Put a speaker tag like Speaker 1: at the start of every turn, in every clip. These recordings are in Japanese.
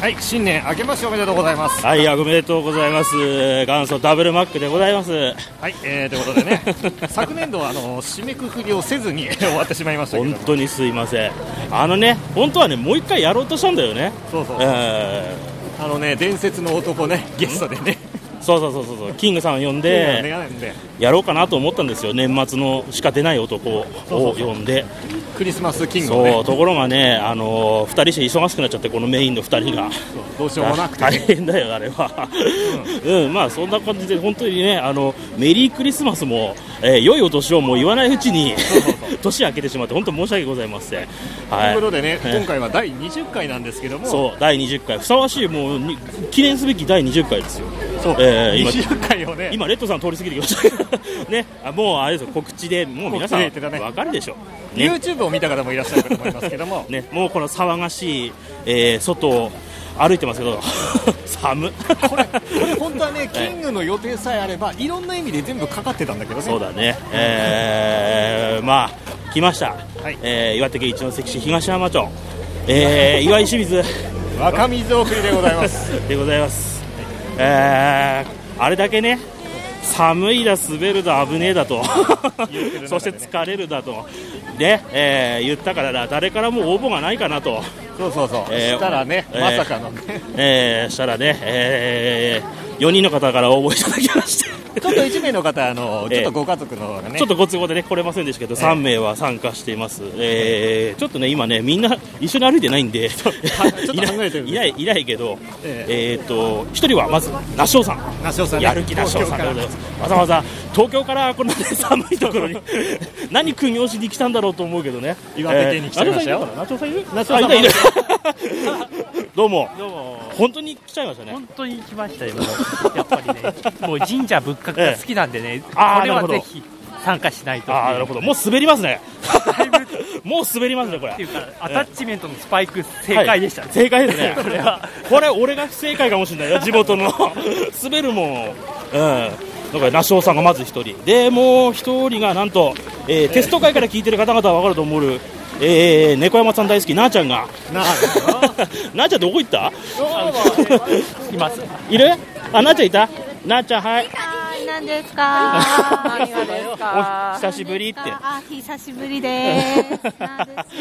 Speaker 1: はい、新年明けましておめでとうございます。
Speaker 2: はい、おめでとうございます。元祖ダブルマックでございます。
Speaker 1: はい、えー、ということでね、 昨年度はあの締めくくりをせずに 終わってしまいましたけども、
Speaker 2: 本当にすいません。あのね、本当はね、もう一回やろうとしたんだよね。
Speaker 1: そうそう
Speaker 2: え
Speaker 1: あのね、伝説の男ね、ゲストでね、
Speaker 2: ーそうそうそうそうそう、キングさんを呼ん
Speaker 1: 手
Speaker 2: で、
Speaker 1: がねで
Speaker 2: やろうかなと思ったんですよ。年末のしか出ない男を呼んで。
Speaker 1: クリスマスキングを
Speaker 2: そう、
Speaker 1: ね、
Speaker 2: ところがね、あのー、二人して忙しくなっちゃって、このメインの二人が。
Speaker 1: どうしようもなくて、
Speaker 2: 大変だよ、あれは。うん、まあそんな感じで、本当にね、あのメリークリスマスも、えー良いお年をもう言わないうちに、年明けてしまって、本当申し訳ございません。
Speaker 1: と
Speaker 2: はいいう
Speaker 1: ことでね、
Speaker 2: え
Speaker 1: 今回は第20回なんですけども、
Speaker 2: そう、第20回、ふさわしい、もうに記念すべき第20回ですよ。
Speaker 1: そう
Speaker 2: えー今
Speaker 1: 20回をね、
Speaker 2: 今、レッドさん通り過ぎてきましたけど ね、あもうあれですよ、告知で、もう皆さん、
Speaker 1: 告知で言ってたね
Speaker 2: わかるでしょう。ね
Speaker 1: YouTube を見た方もいらっしゃるかと思いますけ ども、
Speaker 2: ね、もうこの騒がしい、えー外を歩いてますけど、 寒
Speaker 1: これ、これ本当はね、キングの予定さえあれば、いろんな意味で全部かかってたんだけどね、
Speaker 2: そうだね、えー、まあ、来ました、
Speaker 1: はい
Speaker 2: えー岩手県一関市東浜町、えー、岩井清水
Speaker 1: 若水送りでございます。
Speaker 2: でございます、えー、あれだけね、寒いだ、滑るだ、危ねえだと、
Speaker 1: 言ってる中でね
Speaker 2: そして疲れるだと、ねえー言ったからな、誰からも応募がないかなと、
Speaker 1: そうそうそう、
Speaker 2: えー
Speaker 1: したらね、
Speaker 2: えー
Speaker 1: まさかのね、
Speaker 2: えー、したらね、えー、4人の方から応募いただきまして。
Speaker 1: ちょっと1名の方、あの
Speaker 2: え
Speaker 1: ちょ
Speaker 2: え
Speaker 1: っとご家族の方がね、
Speaker 2: ちょっとご都合でね来れませんでしたけど、3名は参加しています、えーちょっとね、今ね、みんな一緒に歩いてないんで、ちょっ
Speaker 1: と離れてるんです
Speaker 2: いないいないけど、
Speaker 1: え
Speaker 2: えーっと1人はまず、那須さん、
Speaker 1: 那須雄さんね
Speaker 2: やる気那須雄さんでございます、わざわざ東京からこんな、ね、寒いとこ ろに、何苦行しに来たんだろうと思うけどね、
Speaker 1: 岩手県に来ちゃいましたよ
Speaker 2: 那須さんいるか
Speaker 1: 那須
Speaker 2: な那須
Speaker 1: さ
Speaker 2: さ
Speaker 1: ん
Speaker 2: ん
Speaker 1: も
Speaker 2: いる、あいたい るどうも、
Speaker 3: どうも
Speaker 2: 本当に来ちゃいましたね
Speaker 3: 本。当に来ましたよ、やっぱりね、もう神社仏閣が好きなんでね、こ
Speaker 2: あー
Speaker 3: れ
Speaker 2: なる
Speaker 3: は
Speaker 2: ほど
Speaker 3: ぜひ参加しないと。
Speaker 2: あーなるほどもう滑りますね
Speaker 3: だいぶ、
Speaker 2: もう滑りますね、これ
Speaker 3: って。いうか、アタッチメントのスパイク、正解でしたね、
Speaker 2: 正解ですね
Speaker 3: これは、
Speaker 2: これ俺が不正解かもしれないよ地元の滑るもんうんだから那須雄さんがまず一人でもう一人がなんと、えーテスト会から聞いてる方々は分かると思う、えー、猫山さん大好きなあちゃんが
Speaker 1: なあ
Speaker 2: なあちゃんどこ行った
Speaker 3: います。
Speaker 2: いるあなあちゃんいたなあちゃんはい
Speaker 4: はい、何で すか。何がですか。
Speaker 2: お久しぶりって
Speaker 4: あ、久しぶ りです。なんですよ。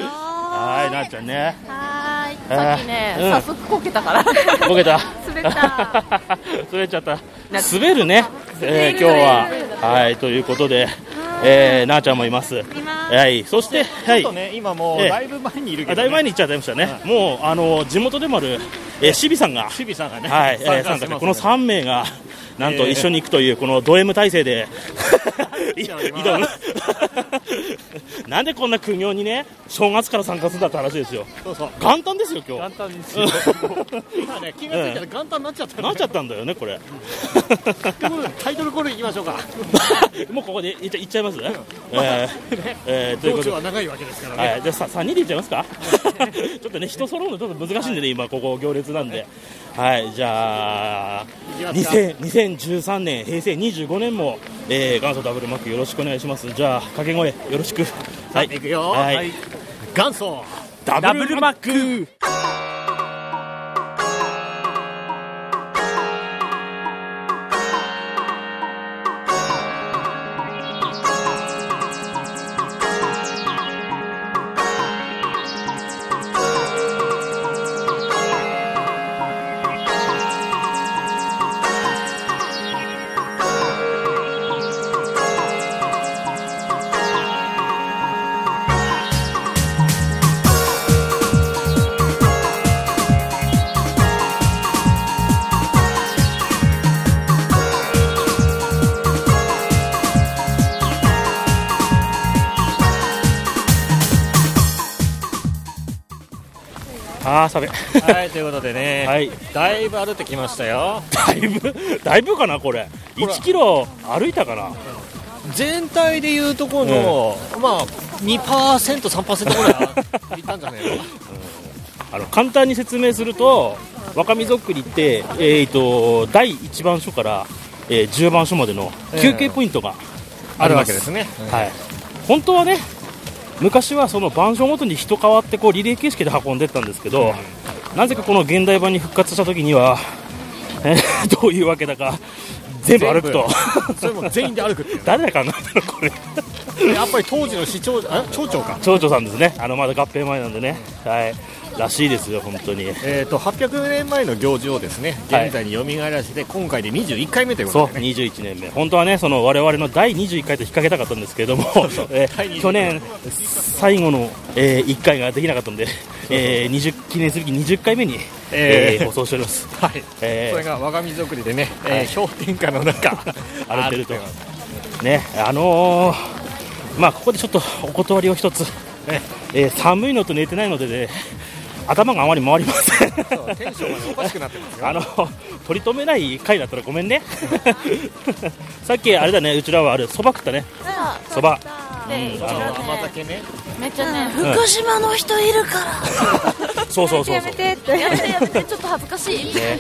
Speaker 2: はいなあちゃんね
Speaker 4: はーい。
Speaker 2: あー
Speaker 4: さっきね、
Speaker 2: うん
Speaker 4: 早速こけたから。
Speaker 2: ボケた
Speaker 4: 滑った。
Speaker 2: 滑っちゃった滑るね、えー今日ははいということで、えー、なあちゃんもいます
Speaker 4: います
Speaker 2: はいそしては
Speaker 1: ちょっ
Speaker 2: い
Speaker 1: とね、今もう、
Speaker 2: ええ
Speaker 1: だいぶ前にいるけ
Speaker 2: あ
Speaker 1: ど、
Speaker 2: だいぶ
Speaker 1: ね、
Speaker 2: 前に行っちゃいましたね、もうあの地元でもある、えー、シビさんが、
Speaker 1: 守備さんがね、
Speaker 2: はい、えー
Speaker 1: 参加
Speaker 2: 参加
Speaker 1: し
Speaker 2: してて、
Speaker 1: ます
Speaker 2: この3名が、なんと
Speaker 1: えー
Speaker 2: 一緒に行くという、このド M 体制で、い
Speaker 1: 来ております
Speaker 2: 挑む なんでこんな苦行にね、正月から参加するんだって話ですよ、
Speaker 1: そうそう、
Speaker 2: 元旦ですよ、今
Speaker 3: 簡
Speaker 2: 日
Speaker 3: 単ですよ。
Speaker 2: う
Speaker 1: 今ね、気がついたら元旦になっちゃった、
Speaker 2: ん
Speaker 1: ね、
Speaker 2: なっちゃったんだよね、 これ、
Speaker 1: ということでタイトルコールいきましょうか、
Speaker 2: もうここでいっちゃいっちゃいます、えーえーという
Speaker 1: 道中
Speaker 2: ことで
Speaker 1: は長いわけですからね、
Speaker 2: はい、じゃあさ3人でいっちゃいますか ちょっとね人揃うのちょっと難しいんでね今ここ行列なんではいじゃあ
Speaker 1: きますか
Speaker 2: 2000 2013年平成25年も、えー、元祖ダブルマックよろしくお願いしますじゃあ掛け声よろしくは
Speaker 1: 行くよ
Speaker 2: はい
Speaker 3: はい
Speaker 1: 元祖、
Speaker 2: ダ
Speaker 3: ダ
Speaker 2: ブ
Speaker 3: ブ
Speaker 2: ル
Speaker 3: ル
Speaker 2: マ
Speaker 3: マ
Speaker 2: ッ
Speaker 3: ッ
Speaker 2: ク
Speaker 3: ク
Speaker 2: あーさべ
Speaker 1: はい、ということでね、
Speaker 2: はい
Speaker 1: だいぶ歩いてきましたよ、
Speaker 2: だい ぶだいぶかなこれ
Speaker 1: ほら
Speaker 2: 1キロ歩いたかな
Speaker 1: 全体でいうところの、まあ、2%、3%ぐらいいったんじゃないの
Speaker 2: あの簡単に説明すると若見そっくりって、えー、と第1番所から、えー10番所までの休憩ポイントがあります、
Speaker 1: ね、
Speaker 2: はい、本当はね昔はその番所ごとに人変わってこうリレー形式で運んでったんですけど、なぜかこの現代版に復活した時には、えー どういうわけだか全部歩くと
Speaker 1: それも全員で歩くっていう
Speaker 2: 誰が考えたのこれ
Speaker 1: やっぱり当時の市長あ町長か
Speaker 2: 町長さんですねあのまだ合併前なんでねはいらしいですよ本当に
Speaker 1: えー、と800年前の行事をですね現在によみがえらせて、今回で21回目という
Speaker 2: そう
Speaker 1: ことで、ね、
Speaker 2: 21年目、本当はね、その我々の第21回と引っ掛けたかったんですけれども、 えー
Speaker 1: 第21
Speaker 2: 去年、最後の、え1回ができなかったんで、えー20記念すべき20回目に、
Speaker 1: えー
Speaker 2: えー放送しております。
Speaker 1: はい
Speaker 2: え
Speaker 1: そ
Speaker 2: ー
Speaker 1: れが我が水送りでね、
Speaker 2: は
Speaker 1: え
Speaker 2: い
Speaker 1: ー、氷点下の 中
Speaker 2: 歩いてると
Speaker 1: 歩い
Speaker 2: ね、あのーまあ、ここでちょっとお断りを一つ、ねえー寒いのと寝てないのでね、頭があまり回りません。
Speaker 1: そうテンションがねおかしくなってますよ
Speaker 2: あの取り留めない回だったらご めんねさっきあれだねうちらはあれそば食ったねそば
Speaker 5: で、一応
Speaker 1: あの甘
Speaker 5: ね、
Speaker 1: 酒ね
Speaker 5: めっちゃね、
Speaker 4: 福島の人いるから
Speaker 2: そうそうそう
Speaker 5: や
Speaker 2: そう
Speaker 5: めてって、やめてやめて、ちょっと恥ずかしい。
Speaker 2: ね、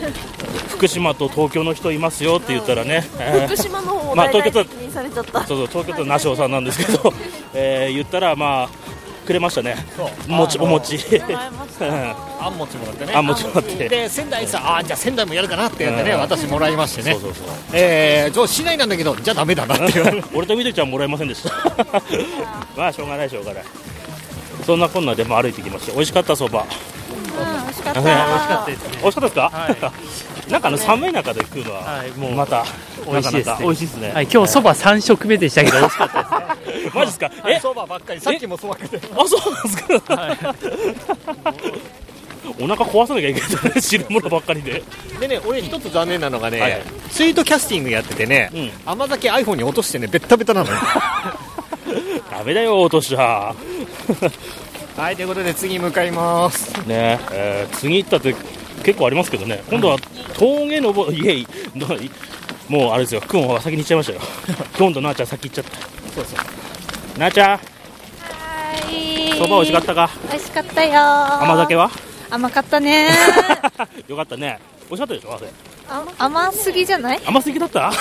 Speaker 2: 福島と東京の人いますよって言ったらね、え ー
Speaker 5: 福島の方を
Speaker 2: まあ
Speaker 5: 大々
Speaker 2: 東京
Speaker 5: 的
Speaker 2: 都
Speaker 5: にされちゃった。
Speaker 2: そうそう東京都の那須さんなんですけど、えー言ったら、まあ、くれましたね、
Speaker 1: そう
Speaker 2: もち
Speaker 1: あの
Speaker 2: お餅、
Speaker 5: 会えました。
Speaker 1: あんもちもらってね
Speaker 2: あんもちもらって
Speaker 1: で仙台さあーじゃあ仙台もやるかなってやってね、
Speaker 2: うん
Speaker 1: 私もらいましてね
Speaker 2: そうそうそう
Speaker 1: えー、ちょ市内なんだけどじゃあダメだなっていう
Speaker 2: 俺とみどりちゃんもらえませんでした、まあしょうがない、しょうがない、そんなこんなでも歩いてきまして、美味しかったそば、
Speaker 5: うん、美味しかっ
Speaker 2: 美
Speaker 5: た。
Speaker 2: 味しか美味しかったですか、 なんかあの寒い中で食うのは、
Speaker 3: はいもう
Speaker 2: また、
Speaker 3: 美味しい
Speaker 2: な
Speaker 3: ですね
Speaker 2: かなか美味しいですね、
Speaker 3: はい、今日そば3食目でしたけど、美味しかったですね。
Speaker 2: マジですか、え
Speaker 1: そばばっかりさっきもそば食って
Speaker 2: あ、そうなんですか。お腹壊さなきゃいけないね、汁物ばっかりで。
Speaker 1: でね俺一つ残念なのがね、
Speaker 2: はいはい
Speaker 1: ツイートキャスティングやっててね、
Speaker 2: うん
Speaker 1: 甘酒 iPhone に落としてねベッタベタなのよ
Speaker 2: ダメだよ、落としは。
Speaker 1: はいということで次向かいます
Speaker 2: ねえー次行ったって結構ありますけどね、今度は峠のぼ、いえい、どういもうあれですよ、クオンは先に行っちゃいました よ。今度、なあちゃん先行っちゃった。
Speaker 1: そうそう
Speaker 2: なあちゃん、
Speaker 4: はい
Speaker 2: そば美味しかったか
Speaker 4: 美味しかったよ
Speaker 2: 甘酒は
Speaker 4: 甘かった ね
Speaker 2: よかったね。美味しかったでしょあれ。
Speaker 4: 甘すぎじゃない
Speaker 2: 甘すぎだった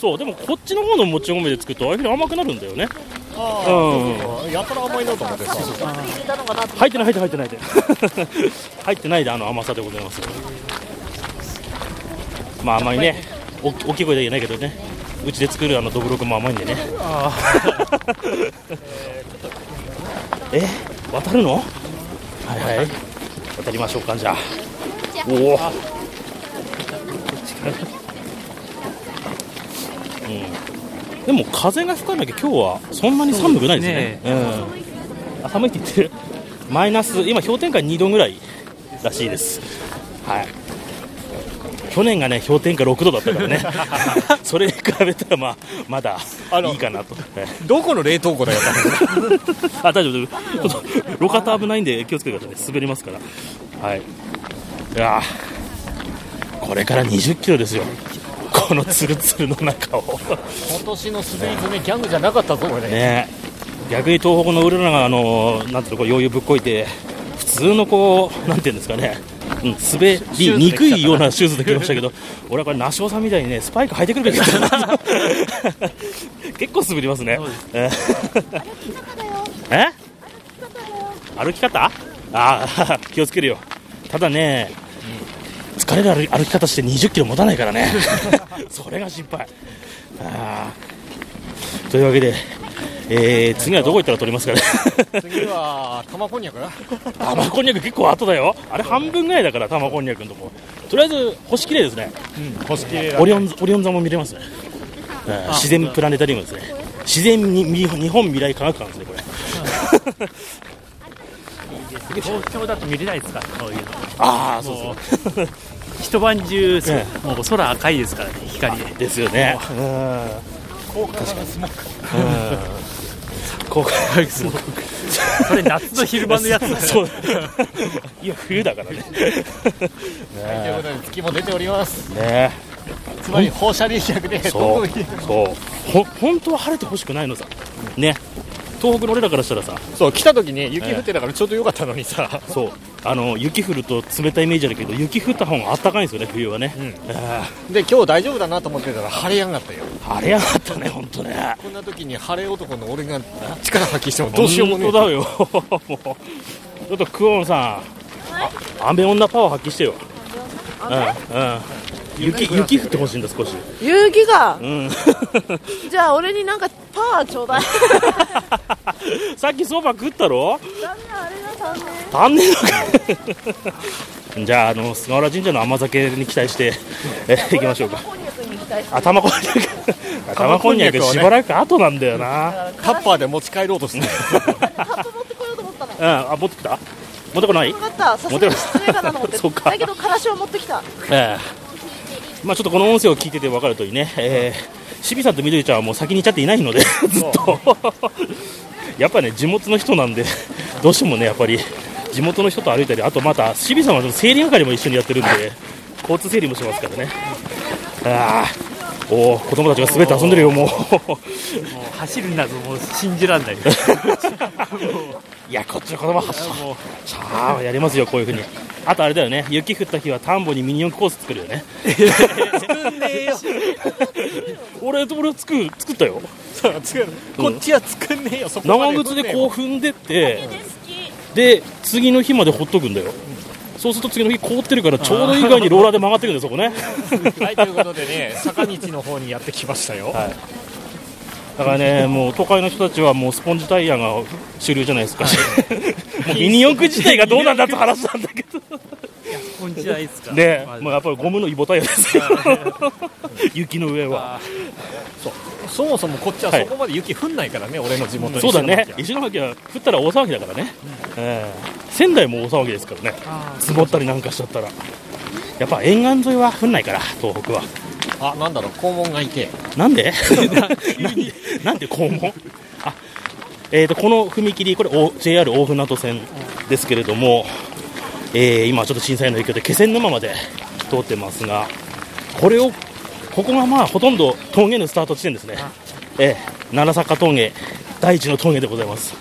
Speaker 2: そう、でもこっちの方のもち米で作ると、ああいうふうに甘くなるんだよね。うん。
Speaker 1: やたら甘いなと思ってさ
Speaker 2: 入ってない入ってない入ってない 入ってないであの甘さでございますまああまりねお大きい声では言えないけどねうちで作るあのどぶろくも甘いんでね え渡るのはいはい渡りましょうかじゃあおおうんでも風が吹かなきゃ今日はそんなに寒くないですねうんあ寒いって言ってるマイナス今氷点下2度ぐらいらしいですはい去年がね氷点下6度だった からねそれに比べたらまあまだ
Speaker 1: あの
Speaker 2: いいかなと
Speaker 1: どこの冷凍庫だよ
Speaker 2: あ大丈夫大丈夫ちょっと路肩危ないんで気をつけてください滑りますからはいいやーこれから2 0キロですよこのツルツルの中を
Speaker 1: 今年のスペインズねギャングじゃなかったぞこれね
Speaker 2: ね逆に東北の俺らがあのなんていうのこう余裕ぶっこいて普通のこうなんていうんですかね、うん、滑りにくいようなシューズで来ました けど俺はこれ那須さんみたいにねスパイク履いてくるべきだったな 結構滑りますねええ歩き方ああ 気をつけるよただね疲れる歩き歩き方して2 0キロ持たないから ねそれが心配ああというわけで、えー次はどこ行ったら撮りますかね
Speaker 1: 次は玉こんにゃく
Speaker 2: 玉こんにゃく結構後だよあれ半分ぐらいだから玉こんにゃくのとことりあえず星綺麗ですね
Speaker 1: 星切れ
Speaker 2: オリオンオリオン座も見れますね、うん自然プラネタリウムですね自然にみ日本未来科学館ですねこれ
Speaker 3: 東京だと見れないですから、こういうの。
Speaker 2: ああそうそう
Speaker 3: 一晩中、そう
Speaker 2: え
Speaker 3: もう空赤いですからね、光で。
Speaker 2: ですよね。効果がスモーク。効
Speaker 3: それ夏の昼間のやつ だ
Speaker 2: そう。いや冬だからね。
Speaker 1: ということで月も出ております
Speaker 2: ね
Speaker 1: つまり放射冷却で
Speaker 2: そ
Speaker 1: ど
Speaker 2: う
Speaker 1: ういう
Speaker 2: そう。ほ本当は晴れてほしくないのさ。ね。東北の俺らからしたらさ、
Speaker 1: そう来た時に雪降ってたからちょうどよかったのにさ
Speaker 2: そうあの雪降ると冷たいイメージあるけど雪降った方が暖かいんですよね冬はね。あ
Speaker 1: で今日大丈夫だなと思ってたら晴れやんかったよ
Speaker 2: ー晴れやがったね本当ね。
Speaker 1: こんな時に晴れ男の俺が力発揮してもどうしようもね
Speaker 2: 本当だよ。もうちょっとクオンさん、
Speaker 4: ない
Speaker 2: 雨女パワー発揮してよ。うん、うん。雪、雪降ってほしいんだ、少し。
Speaker 6: 遊戯が
Speaker 2: うん。
Speaker 6: じゃあ俺になんかパワーち ょうだい
Speaker 2: さっきそば食ったろ
Speaker 6: ダメあれが足んね
Speaker 2: 足んねえのかじゃあ、あの、菅原神社の甘酒に期待して、え、行きましょうか。
Speaker 6: こんにゃくに期待して
Speaker 2: 頭こんにゃく。頭こんにゃくしばらく後なんだよな。
Speaker 7: タッパーで持ち帰ろうと してる
Speaker 6: カップ持ってこようと思ったの
Speaker 2: うん、あ、持ってきた持ってこない
Speaker 6: 分かったさすがに失礼かなと思って
Speaker 2: そうか
Speaker 6: だけどからしを持ってきた
Speaker 2: ええまあちょっとこの音声を聞いてて分かるといいね、ええ、シビさんとみどりちゃんはもう先に行っちゃっていないので、ずっと、 やっぱね、地元の人なんで、どうしてもね、やっぱり地元の人と歩いたり、あとまた、シビさんはその整理係も一緒にやってるんで、交通整理もしますからね、ああ、おお、子供たちが滑って遊んでるよ、もう。
Speaker 3: もう走るなどもう信じらんない
Speaker 2: いや、こっちの子供はしゃあ、やりますよ、こう いうふうに。あとあれだよね、雪降った日は田んぼにミニ四駆コース作るよね。
Speaker 7: 作んねえよ
Speaker 2: 俺、俺作る、作ったよ。
Speaker 7: こっちは作んねえよそこま
Speaker 2: 長
Speaker 7: で
Speaker 2: 靴でこう踏んでって、で、次の日までほっとくんだよ。そうすると次の日凍ってるからちょうどいい具合にローラーで曲がってくるんだよ、そこね。
Speaker 7: はいということで ね坂道の方にやってきましたよ、
Speaker 2: だからね、もう都会の人たちはもうスポンジタイヤが主流じゃないですか。 もうミニ四駆自体がどうなんだって話なんだけど。
Speaker 3: 本気じゃないですか
Speaker 2: ね
Speaker 3: ま、あ
Speaker 2: もうやっぱりゴムのイボタイヤ ですよ。雪の上は。
Speaker 7: そもそもこっちは
Speaker 2: はい
Speaker 7: そこまで雪降んないからね、俺の地元に
Speaker 2: そうだね
Speaker 7: 石。巻は
Speaker 2: 石巻は降ったら大騒ぎだからね。ええ仙台も大騒ぎですからね。積もったりなんかしちゃったら。やっぱ沿岸沿いは降んないから、東北は。
Speaker 7: あなんだろう肛門がいて
Speaker 2: なん でなんでなんで肛門あ、えー、とこの踏切、これ、お JR 大船渡線ですけれども、えー今、ちょっと震災の影響で気仙沼まで通ってますが、これを、ここがまあほとんど峠のスタート地点ですね、えー奈良坂峠、第一の峠でございます。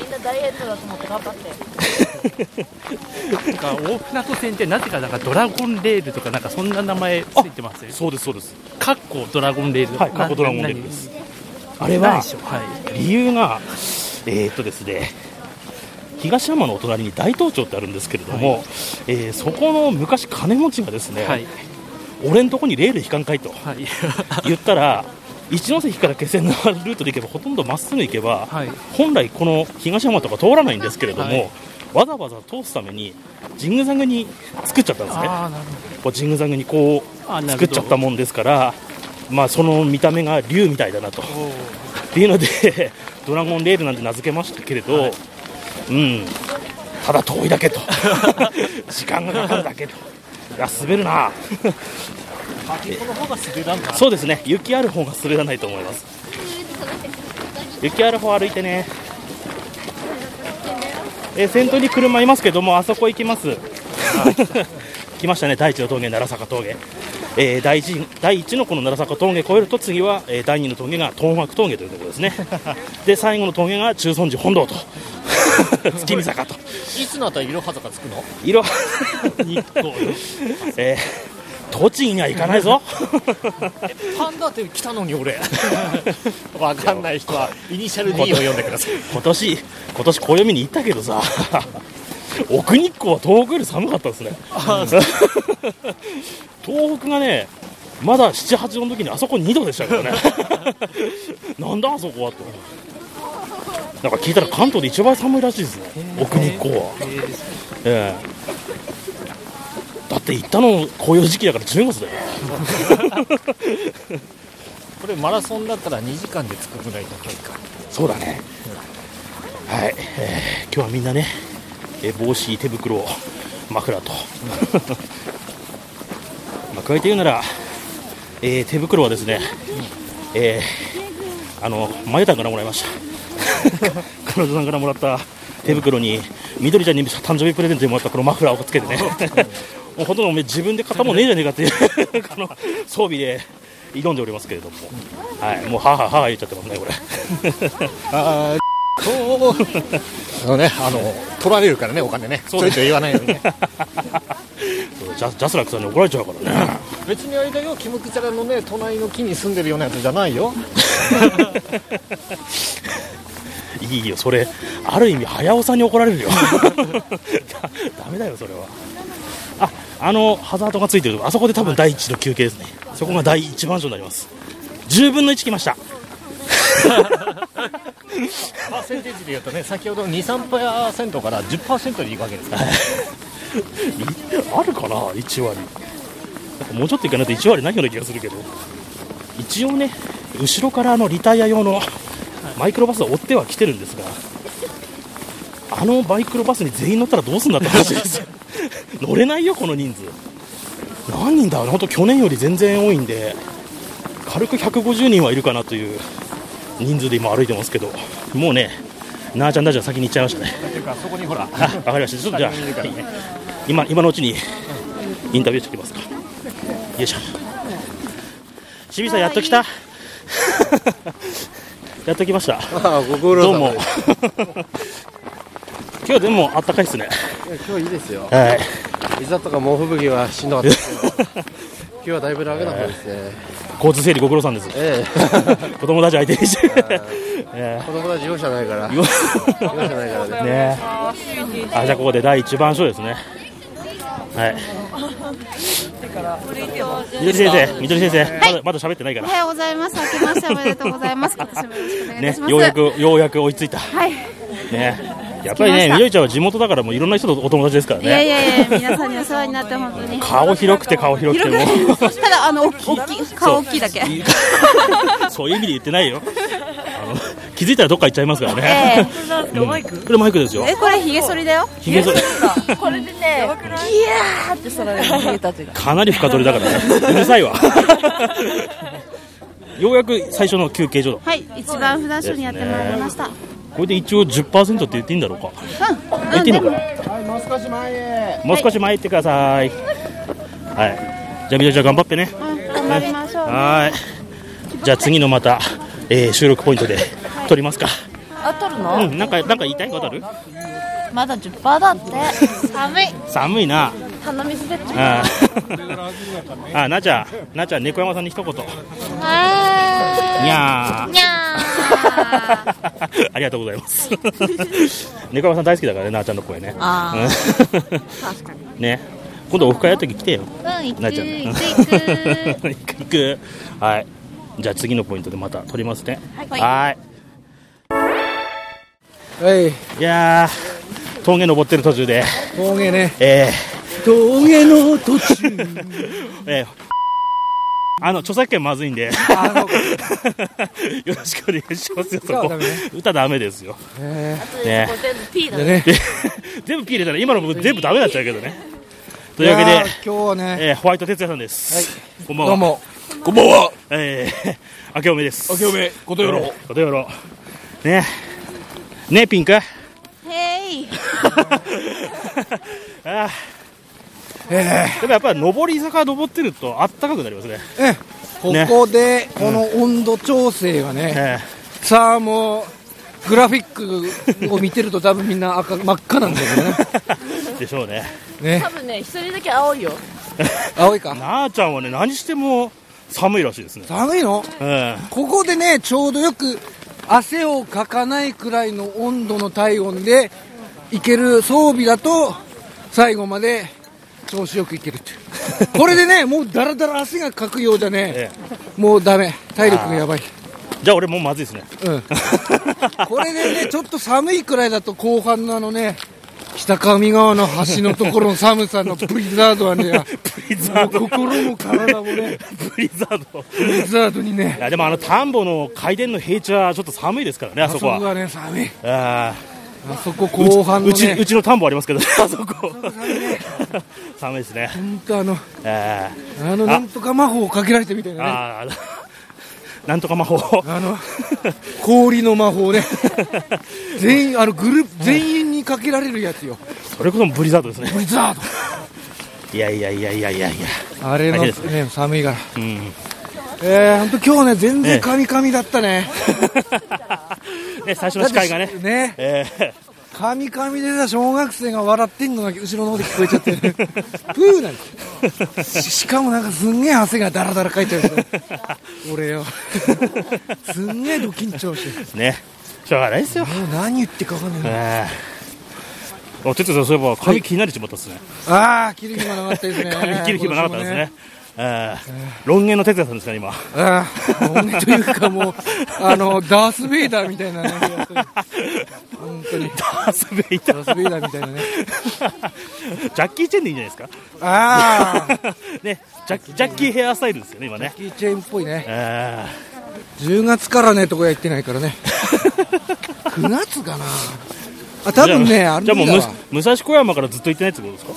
Speaker 6: みんなダイエットだと思って頑張って
Speaker 3: なんか大船渡線ってなぜかなんかドラゴンレールとかなんかそんな名前ついてますよ
Speaker 2: そうですそうです
Speaker 3: かっこドラゴンレール
Speaker 2: はい過去ドラゴンレールですあれ
Speaker 3: な
Speaker 2: はい
Speaker 3: でしょはい
Speaker 2: 理由が、えーっとですね、東山のお隣に大東町ってあるんですけれども、えーそこの昔、金持ちがですね、
Speaker 3: はい
Speaker 2: 俺んとこにレール引かんかいと
Speaker 3: はい
Speaker 2: 言ったら、一ノ関から気仙沼ルートで行けば、ほとんどまっすぐ行けば、
Speaker 3: はい
Speaker 2: 本来、この東山とか通らないんですけれども、
Speaker 3: はい
Speaker 2: わざわざ通すために、ジングザグに作っちゃったんですね。
Speaker 3: ああなるほ
Speaker 2: こうジングザグにこ
Speaker 3: あなるほ
Speaker 2: う
Speaker 3: ど
Speaker 2: 作っちゃったもんですから、まあ、その見た目が竜みたいだなと。っていうので、 ドラゴンレールなんて名付けましたけれど、うん、ただ遠いだけ と、時間がかかるだけと、いや滑るな、
Speaker 7: 先っぽの方が滑らんか
Speaker 2: そうですね、雪ある方が滑らないと思います。雪ある方歩いてね。えー先頭に車いますけども、あそこ行きます。来ましたね、第一の峠、奈良坂峠。えー第一第一のこの奈良坂峠越えると次は、えー第二の峠が東北峠というところですねで最後の峠が中尊寺本堂と月見坂と
Speaker 7: いつのあたりいろは坂つくの
Speaker 2: いろ日光、 えー栃木には行かないぞ
Speaker 7: パンダって来たのに俺わかんない人はイニシャル D を読んでください
Speaker 2: 今年今年暦に行ったけどさ 奥日光は東北より寒かったですね東北がねまだ78度の時にあそこ2度でしたからね なんだあそこはとなんか聞いたら関東で一番寒いらしいですね奥日光はええだって行ったの紅葉時期だから10月だよ
Speaker 7: これマラソンだったら2時間で着くぐらいの距離か
Speaker 2: そうだね。はい、えー今日はみんなね、えー帽子、手袋、マフラーと。 まあ、加えて言うなら、えー手袋はですね、えーあの、まゆたんからもらいました。 彼女さんからもらった手袋に、みどりちゃんに誕生日プレゼントでもらったこのマフラーをつけてね、もうほとんどお前自分で買ったもんねえじゃねえかっていう、この装備で挑んでおりますけれども、はい、もうはあはあはあ言っちゃってますね、これ。
Speaker 7: あああのねあの取られるからねお金ねちょいちょい言わないようにね
Speaker 2: ジャジャスラックさんに怒られちゃうからね。
Speaker 7: 別にあれだよキムクチャラのね隣の木に住んでるようなやつじゃないよ
Speaker 2: いいいよそれある意味早尾さんに怒られるよ だダメだよそれはああのハザードがついてるとこあそこで多分第一の休憩ですねそこが第一マンションになります10分の1来ました
Speaker 8: パーセンテージで言うとね、先ほどの2、3%から10%にいくわけですから、
Speaker 2: いあるかな1割なんかもうちょっといかないと1割ないような気がするけど一応ね後ろからあのリタイア用のマイクロバスを追っては来てるんですがあのマイクロバスに全員乗ったらどうすんだって話ですよ乗れないよこの人数何人だろう本当去年より全然多いんで軽く150人はいるかなという人数で今歩いてますけどもうねなあちゃんだじゃ先に行っちゃいましたね
Speaker 8: ていうか、そこにほら、
Speaker 2: あわかりましたちょっとじゃあ今今のうちにインタビューしてきますか。よいしょ。清水さんやっと来た。やっと来ました。
Speaker 8: あご苦
Speaker 2: どうも。今日でもあったかいですね。
Speaker 1: 今日いいですよ、
Speaker 2: はい。
Speaker 1: いざとか猛吹雪はしんどかったですけど、今日はだいぶ楽な方ですね、
Speaker 2: 交通整理ご苦労さんです。
Speaker 1: え
Speaker 2: 子供たち相手にして。え
Speaker 1: え、子供たち容赦ない から、容
Speaker 2: ー
Speaker 1: 赦ないからね、
Speaker 2: ねえあじゃあここで第一番章ですねはいみどり先生みどり先生、まだまだ喋ってないか
Speaker 4: お
Speaker 2: ら
Speaker 4: はようございます。明けましておめでとうござ います。今年もよろしくお願いいた
Speaker 2: ね
Speaker 4: します。
Speaker 2: ようや。くようやく追いついた
Speaker 4: はい。い
Speaker 2: ね やっぱり
Speaker 4: 着きま
Speaker 2: ね
Speaker 4: した
Speaker 2: みどりちゃんは地元だからもういろんな人とお友達ですから
Speaker 4: やい
Speaker 2: ね
Speaker 4: やいや、皆さんにお世話になって本当に。
Speaker 2: 顔広くて顔広くても
Speaker 4: 広くてただ、あの、大きい、大きい顔大きいだけ。
Speaker 2: いい そういう意味で言ってないよあの気づいたらどっか行っちゃいますから
Speaker 4: ええ
Speaker 2: ね、うんこれマイクですよ
Speaker 4: え、これヒゲ剃りだよ。
Speaker 2: ひげ剃り
Speaker 9: これでね、ギヤーって空に逃げたというか。
Speaker 2: かなり深取りだからねうるさいわ ようやく最初の休憩所だ
Speaker 4: はい、一番札所にやってまいりました。
Speaker 2: これで一応10%って言っていいんだろうか言っていいのかな
Speaker 1: はい、もう少し前へ、
Speaker 2: もう少し前行ってくださいはいじゃあみどりちゃん頑張ってね
Speaker 4: うん、頑張りましょう。
Speaker 2: はーいじゃあ次のまた、えー収録ポイントで撮りますか
Speaker 9: あ、取るの
Speaker 2: うんなんかなんか言いたいことある
Speaker 9: まだ10%だって。
Speaker 10: 寒い。
Speaker 2: 寒いな
Speaker 9: 頼みすべって。
Speaker 2: あーあーなちゃんなちゃん猫山さんに一言に
Speaker 10: あ
Speaker 2: ゃー
Speaker 10: ー。にゃー。
Speaker 2: ありがとうございます。猫山さん大好きだからね、なあちゃんの声ね。
Speaker 4: あ
Speaker 2: うん ね、今度オフ会やった時来てよ、
Speaker 10: うん、行く、
Speaker 2: なあちゃん。
Speaker 10: 行く、行く。
Speaker 2: 行く行く。はい。じゃあ次のポイントでまた撮りますね。
Speaker 4: はい
Speaker 1: はい、
Speaker 2: い。いやー、峠登ってる途中で、
Speaker 1: 峠ね、
Speaker 2: え
Speaker 1: 峠の途中、
Speaker 2: ー、えー、あの著作権まずいんで
Speaker 1: あそう
Speaker 2: よろしくお願いしますよそ
Speaker 1: 歌は
Speaker 2: こ
Speaker 1: ダメね
Speaker 2: 歌ダメですよ
Speaker 1: え
Speaker 2: ね
Speaker 1: えでね、
Speaker 2: で全部ピー入れたら今の僕全部ダメになっちゃうけどねと
Speaker 1: と
Speaker 2: いうわけで
Speaker 1: 今日はね、
Speaker 2: えー、ホワイト哲也さんです。こんばんは。
Speaker 1: どう。も、
Speaker 2: こんばんは。えー、明けおめです。明けおめ、ことよろ。ことよろ。ねえ。ねえ、ピンク。あ
Speaker 4: へい。
Speaker 2: あ
Speaker 1: え
Speaker 2: ー、でもやっぱり上り坂登ってるとあったかくなりますね。
Speaker 1: えええここでこの温度調整がね、
Speaker 2: え
Speaker 1: さあもう、グラフィックを見てると、多分みんな赤真っ赤なんだよね。
Speaker 2: ー、でしょうね。
Speaker 1: ね
Speaker 9: 多分ね、一人だけ青いよ。
Speaker 1: 青いか
Speaker 2: な あちゃんはね、何しても寒いらしいですね。
Speaker 1: 寒いの
Speaker 2: え
Speaker 1: ここでねちょうどよく汗をかかないくらいの温度の体温でいける装備だと最後まで調子よくいけるっていう これでねもうだらだら汗がかくようじゃね
Speaker 2: え
Speaker 1: もうダメ体力がやばい、
Speaker 2: ーじゃあ俺もうまずいですね。
Speaker 1: うん、 これでね ちょっと寒いくらいだと後半のあのね北上川の橋のところの寒さのブリザードはね
Speaker 2: ブリザード。
Speaker 1: もう心も体もね。
Speaker 2: ブリザード。
Speaker 1: ブリザードに
Speaker 2: い
Speaker 1: ね
Speaker 2: やでもあの田んぼの海電の平地はちょっと寒いですからね、あ
Speaker 1: あ
Speaker 2: そ
Speaker 1: そ
Speaker 2: こ
Speaker 1: こ
Speaker 2: は。
Speaker 1: がね寒い
Speaker 2: ああ。
Speaker 1: あそこ後半の
Speaker 2: うちう
Speaker 1: ね、
Speaker 2: ちの田んぼありま すけど、あそこ。寒いですね。
Speaker 1: 本当あの、
Speaker 2: え
Speaker 1: あのなんとか魔法をかけられてみたい
Speaker 2: ー、
Speaker 1: なね、
Speaker 2: ああ、なんとか魔法。
Speaker 1: あの 氷の魔法ね、 全員、あのグループ全員にかけられるやつよ、
Speaker 2: それこそブリザードですね。
Speaker 1: ブリザー
Speaker 2: いやいやいやいやいやいや。
Speaker 1: ド、あれの
Speaker 2: 大事です
Speaker 1: ね、寒いから、
Speaker 2: うん。
Speaker 1: えー、本当、今日ね、全
Speaker 2: ええ
Speaker 1: 然かみかみだったね、
Speaker 2: ね、最初の司会がね。
Speaker 1: ね、
Speaker 2: えー
Speaker 1: かみかみでさ、小学生が笑ってんのが後ろの方で聞こえちゃって、 プーなんてししかもなんかすんげえ汗がだらだ らかいちゃうよ俺よ、すんげえド緊張して。
Speaker 2: ね。しょうがないですよ。
Speaker 11: もう何言ってかわかんない。
Speaker 2: ええ。あ、哲也さん、そういえば髪気になれちまったですね。
Speaker 11: ああ、切る暇なかったですね。
Speaker 2: 髪切る暇なかったですね。ええ。論言の哲也さんですか、今。
Speaker 11: 今年もね。ああ、本当という かもう、あの、ダース・ベイダーみたいな、ね、本当に。
Speaker 2: ダース・ベイダー。
Speaker 11: ダース・ベイダーみたいなね。
Speaker 2: ジャッキー・チェンでいいんじゃないですか。
Speaker 11: ああ、
Speaker 2: ね、ジャッキジャッキーヘアスタイルですよね、今ね。
Speaker 11: キーチェーンっぽいね。
Speaker 2: え
Speaker 11: 10月からね、とこやってない からね。9月かな。あ、
Speaker 2: え
Speaker 11: 多分ね、あるん
Speaker 2: じ
Speaker 11: だ
Speaker 2: ゃあもうむ
Speaker 11: わ。
Speaker 2: 武蔵小山からずっと行ってないってことですか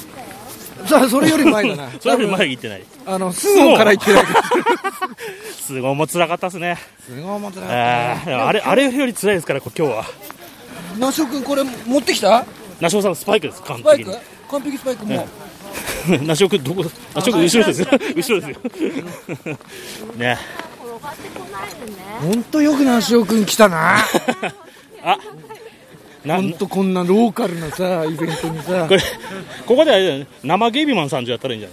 Speaker 11: さあ、それより前だな。
Speaker 2: それより前行ってない。
Speaker 11: 多分あの、スゴから行ってないけど。
Speaker 2: すごいもう辛かったですね。
Speaker 11: スゴもつらかった
Speaker 2: あーあれ、あれより辛いですから、こ今日は。
Speaker 11: ナショ君これ持ってきた
Speaker 2: ナショウさんスパイクです、完
Speaker 11: スパイ
Speaker 2: 璧
Speaker 11: ク完璧スパイクも う、
Speaker 2: に。ナショウ君、どこ、ナショウ君、後ろですよ。後ろですよ。 ね。
Speaker 11: ほんとよくナショ君来たな
Speaker 2: あ、な
Speaker 11: ほんとこんなローカルなさイベントに さ
Speaker 2: これ、ここであれだよね、生ゲイビマンさんじゃやったらいいんじゃ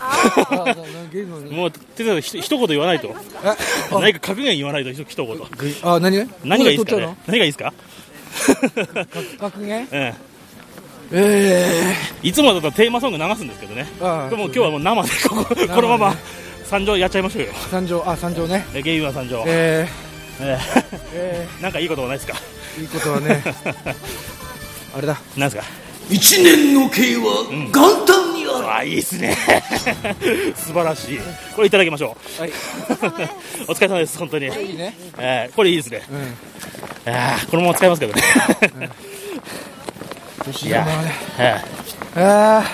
Speaker 11: あ
Speaker 2: な
Speaker 11: そうなんかいいの
Speaker 2: い
Speaker 11: に
Speaker 2: もう、てつやさんひと、一言言わないと。
Speaker 11: ああ
Speaker 2: 何か格言言わないと、ひと一言。
Speaker 11: あ何が
Speaker 2: 何がいいですか
Speaker 11: こ
Speaker 2: ね何がいいですか
Speaker 11: れ撮っちゃうの格言
Speaker 2: え
Speaker 11: え
Speaker 2: えいつもだとテーマソング流すんですけどね。
Speaker 11: えああ
Speaker 2: でも今日はもう生でここ、このまま参上やっちゃいましょうよ。
Speaker 11: 三条あ三条ね
Speaker 2: ねゲイビマン参上。
Speaker 11: え
Speaker 2: え
Speaker 11: ー、
Speaker 2: え
Speaker 11: え
Speaker 2: なんかいいことはないですか
Speaker 11: ー、いいことは ねあれだ
Speaker 2: なんですか
Speaker 11: 一年の計は元旦にある、
Speaker 2: ああいいですね 素晴らしいこれいただきましょう、
Speaker 11: はい
Speaker 2: お疲れ様です本当に、
Speaker 11: いいね
Speaker 2: えーこれいいですね、
Speaker 11: うん
Speaker 2: あーこのまま使いますけどね
Speaker 11: 年
Speaker 2: い
Speaker 11: 玉
Speaker 2: や
Speaker 11: はね
Speaker 2: え
Speaker 11: あ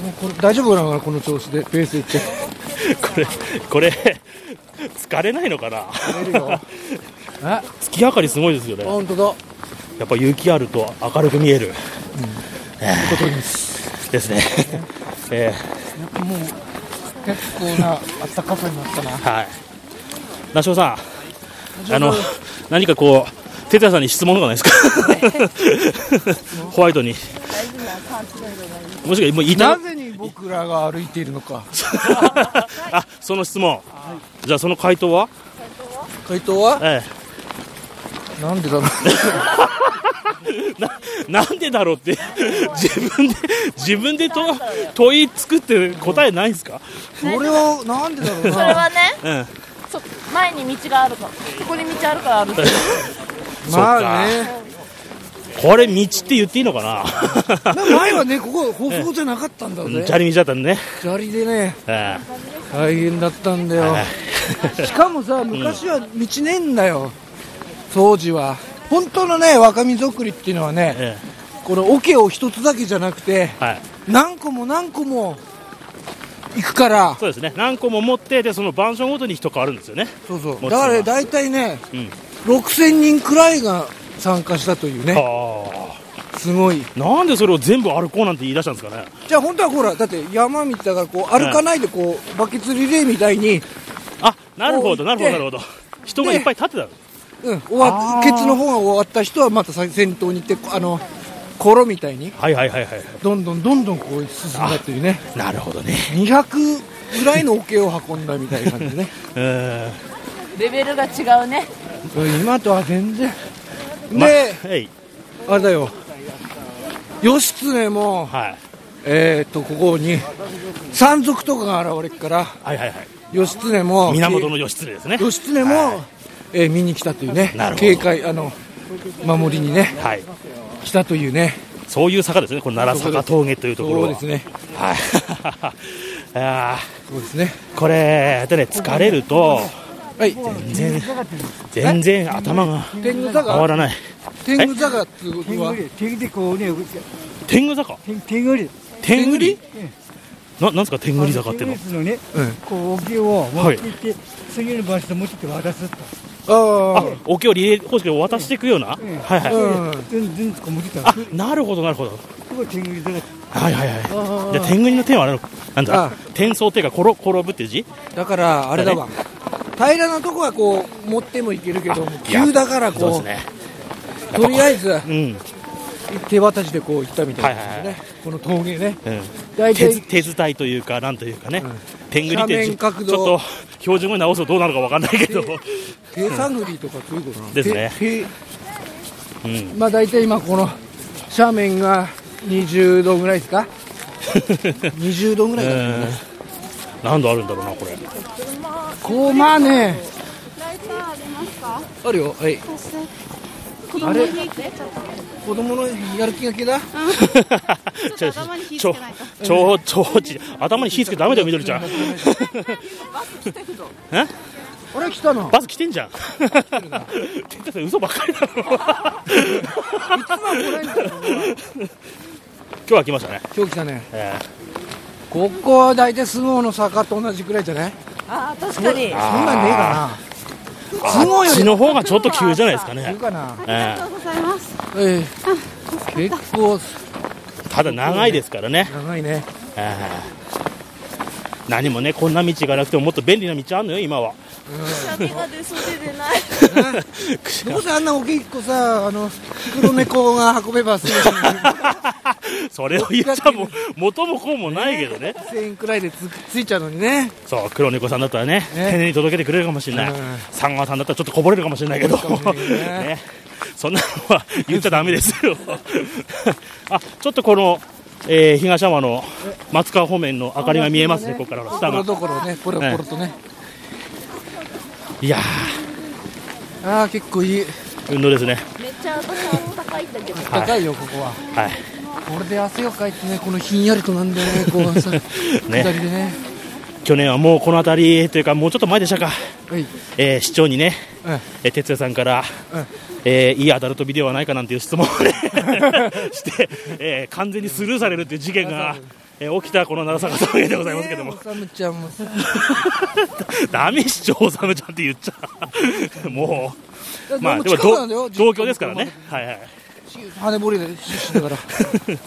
Speaker 11: ーもうこれ大丈夫なのかなこの調子でペースいって
Speaker 2: ーこれこれ疲れないのかな
Speaker 11: れるよあ
Speaker 2: 月明かりすごいですよね
Speaker 11: 本当だ
Speaker 2: やっぱ雪あると明るく見える
Speaker 11: ことです
Speaker 2: ですね え
Speaker 11: もう結構な暖かさになったな
Speaker 2: ーはい那須さんあの何かこう哲也さんに質問とかないですか ホワイトにもしかもう言いたい
Speaker 11: なぜに僕らが歩いているのか
Speaker 2: あその質問、じゃあその回答は、
Speaker 11: 回答は
Speaker 2: え
Speaker 11: なんでだろう
Speaker 2: え、ななんでだろうって 自分で自分でと問い作って答えないんですか、
Speaker 11: それはなんでだろう
Speaker 6: それ
Speaker 11: な
Speaker 6: はね、
Speaker 2: うん、
Speaker 6: そ前に道があるから、そこに道あるから歩く。
Speaker 11: まあね
Speaker 2: これ道って言っていいのかな
Speaker 11: まあ前はねここ舗装じゃなかったんだ
Speaker 2: うん
Speaker 11: ぜ
Speaker 2: 砂利道だったんね、
Speaker 11: 砂利でね
Speaker 2: え
Speaker 11: 大変だったんだよしかもさ昔は道ねえんだよ当時は本当のね若水送りっていうのは
Speaker 2: え
Speaker 11: ね
Speaker 2: え
Speaker 11: この桶を一つだけじゃなくて
Speaker 2: えはい、
Speaker 11: 何個も何個も行くから
Speaker 2: そうですね何個も持ってでその番所ごとに人変わるんですよね、
Speaker 11: そうそう
Speaker 2: もちろん
Speaker 11: だから大体ね
Speaker 2: うん、
Speaker 11: 6000人くらいが参加したというね
Speaker 2: あ
Speaker 11: すごい
Speaker 2: ーなんでそれを全部歩こうなんて言い出したんですかね
Speaker 11: じゃあ本当はほらだって山道だからこう歩かないでこうバケツリレーみたいに、
Speaker 2: あなるほど
Speaker 11: こ
Speaker 2: な
Speaker 11: う行っ
Speaker 2: るほ
Speaker 11: て
Speaker 2: どなるほど人がいっぱい立ってたの
Speaker 11: うん、終わ
Speaker 2: あー
Speaker 11: っケツの方が終わった人はまた先先頭に行ってこうあのコロみたいに
Speaker 2: はいはいはいはい
Speaker 11: どんどんどんどんこう進んだというね
Speaker 2: なるほどね
Speaker 11: 200ぐらいの桶を運んだみたいな感 じでね
Speaker 2: うん
Speaker 6: レベルが違うね。
Speaker 11: うん今とは全然
Speaker 2: ま
Speaker 11: で、
Speaker 2: はい
Speaker 11: あれだよ義経も
Speaker 2: はい
Speaker 11: えー、っとここに山賊とかが現れるから
Speaker 2: はいはいはい
Speaker 11: 義経も
Speaker 2: 源の義経ですね
Speaker 11: 義経も、
Speaker 2: は
Speaker 11: えー見に来たというね
Speaker 2: なるほど
Speaker 11: 警戒あの守りにね
Speaker 2: はい
Speaker 11: 来たというね
Speaker 2: そういう坂ですねこの奈良坂峠というところ
Speaker 11: そう
Speaker 2: は
Speaker 11: ですね
Speaker 2: はい あ
Speaker 11: そうですね
Speaker 2: ーこれでね疲れると
Speaker 11: はい
Speaker 2: 全然全然頭が
Speaker 11: 天狗
Speaker 2: 回
Speaker 11: 坂
Speaker 2: らない
Speaker 11: 天狗坂っていうことは
Speaker 2: 天狗坂天狗りななんですか天狗り坂っていうの
Speaker 11: うん
Speaker 2: はい
Speaker 11: あ
Speaker 2: あ桶をリレー方式で渡していくようなはい
Speaker 11: あ
Speaker 2: はい
Speaker 11: うん
Speaker 2: あなるほどなるほどはいはいはいじゃあ天狗りの天はあれのなん
Speaker 11: あ
Speaker 2: だ天相っていうか転転ぶっていう字
Speaker 11: だからあれだわ平らなとこはこう持ってもいけるけど急だから
Speaker 2: そうで
Speaker 11: こ
Speaker 2: す
Speaker 11: う
Speaker 2: ね
Speaker 11: とりあえず
Speaker 2: うん
Speaker 11: 手渡しでこう行ったみたいな感じで
Speaker 2: はい
Speaker 11: ねこの峠ね
Speaker 2: うん
Speaker 11: 大
Speaker 2: 手
Speaker 11: 体
Speaker 2: 手伝いというか、なんというかね、天狗に
Speaker 11: 斜
Speaker 2: て
Speaker 11: 面角
Speaker 2: ちょ
Speaker 11: 度
Speaker 2: っと標準語に直すとどうなるかわかんないけど、
Speaker 11: 手探りとかそういうことなの
Speaker 2: ですね
Speaker 11: 手
Speaker 2: うん
Speaker 11: 手まあ大体今この斜面が20度ぐらいです か20度ぐらいかな、
Speaker 2: えー何度あるんだろうなこ れ
Speaker 11: こうまあね
Speaker 12: ライターありますか
Speaker 11: あるよはい
Speaker 12: 私子供に引いてちょっ
Speaker 11: 子供のやる気がけだ
Speaker 2: ち
Speaker 12: と
Speaker 2: ょ
Speaker 12: 頭に火つ
Speaker 2: ちょ
Speaker 12: けないと
Speaker 2: ちょちょち頭に火つけてダメだよみどり ちゃん
Speaker 11: あれ来たな
Speaker 2: バス来てんじゃんてんたさん嘘ばっかりだ ろ今日は来ましたね、
Speaker 11: 今日来たね
Speaker 2: え
Speaker 11: ここは大体相撲の坂と同じくらいじゃない
Speaker 6: あー確
Speaker 11: そ
Speaker 6: かに
Speaker 11: んなんねえかな相撲
Speaker 2: ー、
Speaker 11: よ
Speaker 2: 血
Speaker 11: り
Speaker 2: の方がちょっと急じゃないですか
Speaker 11: いる
Speaker 2: ね、
Speaker 11: かな
Speaker 2: えー
Speaker 12: ありがとうござい ます
Speaker 11: ええ結構
Speaker 2: ただ長いですからね、
Speaker 11: 長いね
Speaker 2: あー何もね、こんな道がなくてももっと便利な道あんのよ、今は。
Speaker 6: 髪が出そうで出ない
Speaker 11: どうせあんな大きい子さあの黒猫が運べばすぐ
Speaker 2: それを言っちゃもう元も子もないけどね、
Speaker 11: 1000円くらいでつついちゃうのにね
Speaker 2: そう黒猫さんだったらね、
Speaker 11: ね
Speaker 2: 丁寧に届けてくれるかもしれない
Speaker 11: うん、
Speaker 2: 三川さんだったらちょっとこぼれるかもしれないけど、
Speaker 11: もしれないね
Speaker 2: ね、そんなのは言っちゃだめですよ、あちょっとこの、えー東山の松川方面の明かりが見えますね、ここからは
Speaker 11: と
Speaker 2: 下
Speaker 11: ころ
Speaker 2: が。
Speaker 11: どころねポロポロとね
Speaker 2: いや
Speaker 11: ああ結構いい
Speaker 2: ー、運動ですね、
Speaker 6: めっちゃ私暖かいんだけど
Speaker 2: はい
Speaker 11: 高いよここは
Speaker 2: はい
Speaker 11: これで汗をかいてねこのひんやりとなんだよねこう さ
Speaker 2: ね
Speaker 11: 下りでね
Speaker 2: 去年はもうこの辺りというか、もうちょっと前でしたか、
Speaker 11: はい
Speaker 2: えー市長にね、
Speaker 11: うん
Speaker 2: えー哲也さんから、
Speaker 11: うん
Speaker 2: えーいいアダルトビデオはないかなんていう質問を ねして、えー完全にスルーされるっていう事件が、えー起きたこの奈良坂峠でございますけども、
Speaker 11: ねえおさむちゃんもさ
Speaker 2: ダメ市長治ちゃんって言っちゃう、もう、まあでも
Speaker 11: 近くなんだよ
Speaker 2: 同同居ですからね、はいはい。
Speaker 11: 羽掘りで出身だから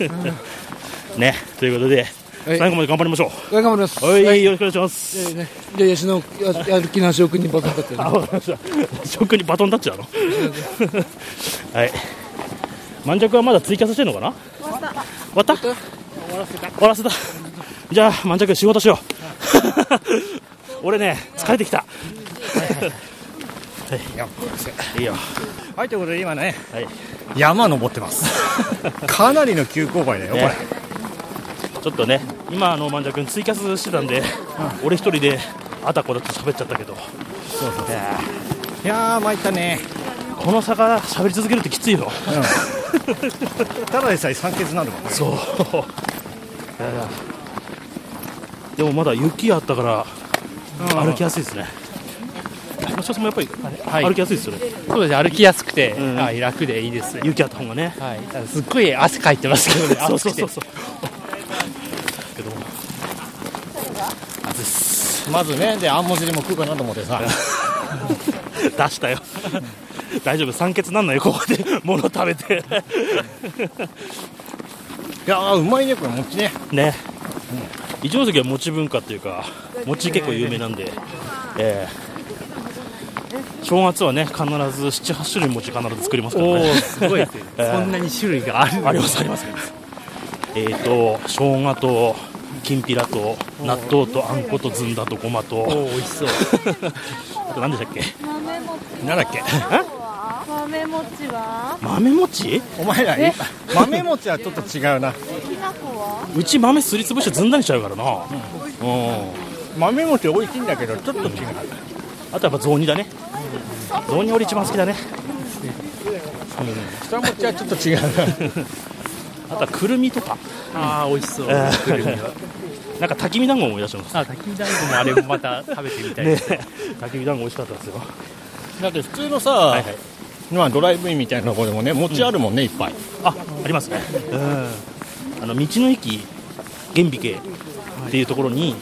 Speaker 2: ね、ということで、
Speaker 11: はい
Speaker 2: 最後まで頑張りましょ
Speaker 11: 頑張ります
Speaker 2: う。はい、
Speaker 11: はい
Speaker 2: よろしくお願いします。
Speaker 11: ええねじゃあ吉野ややる気なし奥にバカだったよね
Speaker 2: あ、わかりました。食にバトンタッチだろ。 はい。満着はまだ追加させてるのかな終わった終わった終わらせた。じゃあ、満着仕事しよう。 俺ね、疲れてきた。はい、いいよ。
Speaker 1: はい、ということで今ね、
Speaker 2: はい
Speaker 1: 山登ってます。 かなりの急勾配だよ、
Speaker 2: ね
Speaker 1: これ。
Speaker 2: ちょっとね、今あの満着ツイキャスしてたんで、俺一人であたこだと喋っちゃったけど、
Speaker 1: いやー、参ったね。
Speaker 2: この坂喋り続けるってきついよ。
Speaker 1: ただでさえ酸欠になるわ、これ。
Speaker 2: そういやいやでもまだ雪あったから歩きやすいですね松下さんもやっぱり
Speaker 3: はい
Speaker 2: 歩きやすいですよね、
Speaker 3: そうですね、歩きやすくて、
Speaker 2: ん
Speaker 3: はい、楽でいいですね。
Speaker 2: 雪あった方がね
Speaker 3: はい、ただすっごい汗かいてますけどね、
Speaker 2: そう
Speaker 3: 暑
Speaker 2: そう
Speaker 3: くて
Speaker 2: そうそうけど
Speaker 1: まずね、で、あんもじりも食うかなと思って さ。
Speaker 2: 出したよ大丈夫酸欠なんないよここで 物食べて
Speaker 1: いやー、うまいね、これ、もっちね。
Speaker 2: ね一ノ関は餅文化っていうか餅結構有名なんで、ええ正月はね必ず78種類餅必ず作りますから
Speaker 3: お
Speaker 2: ね
Speaker 3: お、すごいですね。
Speaker 2: えー
Speaker 3: そんなに種類がある。
Speaker 2: ありますあります。えっ、と生姜ときんぴらと納豆とあんことずんだとごま
Speaker 3: お
Speaker 2: と
Speaker 3: お、美味しそう。
Speaker 2: あと何でしたっけ
Speaker 13: 豆も
Speaker 1: なんだっけ。
Speaker 13: 豆餅は
Speaker 2: 豆餅
Speaker 1: お前ら、豆餅はちょっと違うな。
Speaker 2: うち豆すりつぶしてずんだにしちゃうからな、うん
Speaker 1: 豆餅美味しいんだけど、ちょっと違う。
Speaker 2: あとやっぱ雑煮だね雑煮俺一番好きだね
Speaker 1: 下餅はちょっと違うな。
Speaker 2: あとはくるみとか、
Speaker 3: ああ、美味しそう。
Speaker 2: えー
Speaker 3: くるみは
Speaker 2: なんか焚き火団子思い出します
Speaker 3: あ、炊き団子もあれもまた食べてみたい
Speaker 2: ね
Speaker 3: です。
Speaker 2: 焚き火団子美味しかったですよ
Speaker 1: だって普通のさ、
Speaker 2: はいはい
Speaker 1: まあドライブインみたいなとこでもね、餅あるもんね、いっぱい。
Speaker 2: あありますねうんあの道の駅玄美家っていうところに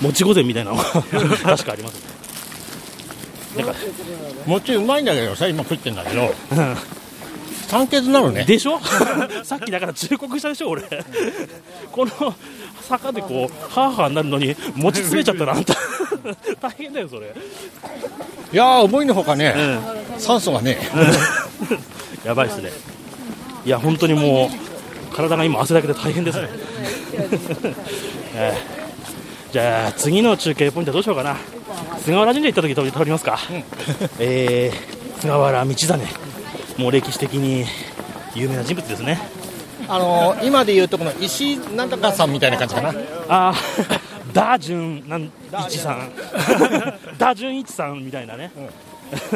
Speaker 2: もち御膳みたいなのが 確かありますねなんか
Speaker 1: 餅うまいんだけどさ、今食ってんだけど、酸欠になるね。
Speaker 2: でしょ さっきだから忠告したでしょ俺この坂でこうハーハーになるのに持ち詰めちゃったらあんた 大変だよそれ
Speaker 1: いやー、思いのほかね、酸素がね、
Speaker 2: やばいっすねいや本当にもう体が今汗だけで大変ですね、 ええじゃあ次の中継ポイントはどうしようかな菅原神社行った時通り通りますか、 えー菅原道真もう歴史的に有名な人物ですね
Speaker 1: あのー今で言うとこの石なんとかさんみたいな感じかな
Speaker 2: あー ダージュンなん一さん ダージュン一さんみたいなね、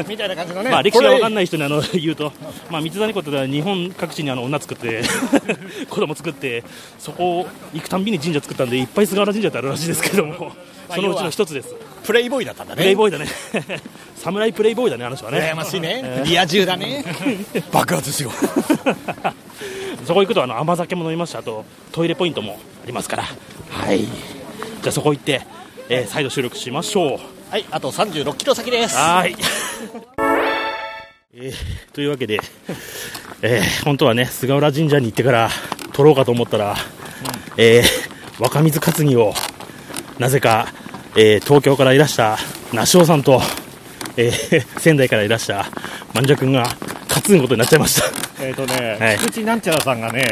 Speaker 1: みたいな感じのね
Speaker 2: まあ、歴史が分か
Speaker 1: な
Speaker 2: ん
Speaker 1: い
Speaker 2: ない人にあの 言うと、まあ、三谷湖ってのは日本各地にあの女作って 子供作ってそこを行くたんびに神社作ったんでいっぱい菅原神社ってあるらしいですけどもそのうちの一つです
Speaker 1: プレイボーイだったんだね
Speaker 2: プレイボーイだね 侍プレイボーイだねあの人はね
Speaker 1: 羨ましいね
Speaker 2: え
Speaker 1: リア充だね爆発しよう
Speaker 2: そこ行くとあの甘酒も飲みますしあとトイレポイントもありますからはいじゃあそこ行って、えー再度収録しましょう
Speaker 1: はいあと3 6キロ先です
Speaker 2: はーい。 えーというわけで、えー本当はね、菅原神社に行ってから撮ろうかと思ったら、えー若水担ぎを、なぜか、えー東京からいらした、那須尾さんと、えー仙台からいらした、万く君が担ぐことになっちゃいました。
Speaker 1: えっ、と
Speaker 2: は
Speaker 1: ね
Speaker 2: い
Speaker 1: 菊池なんちゃらさんが ね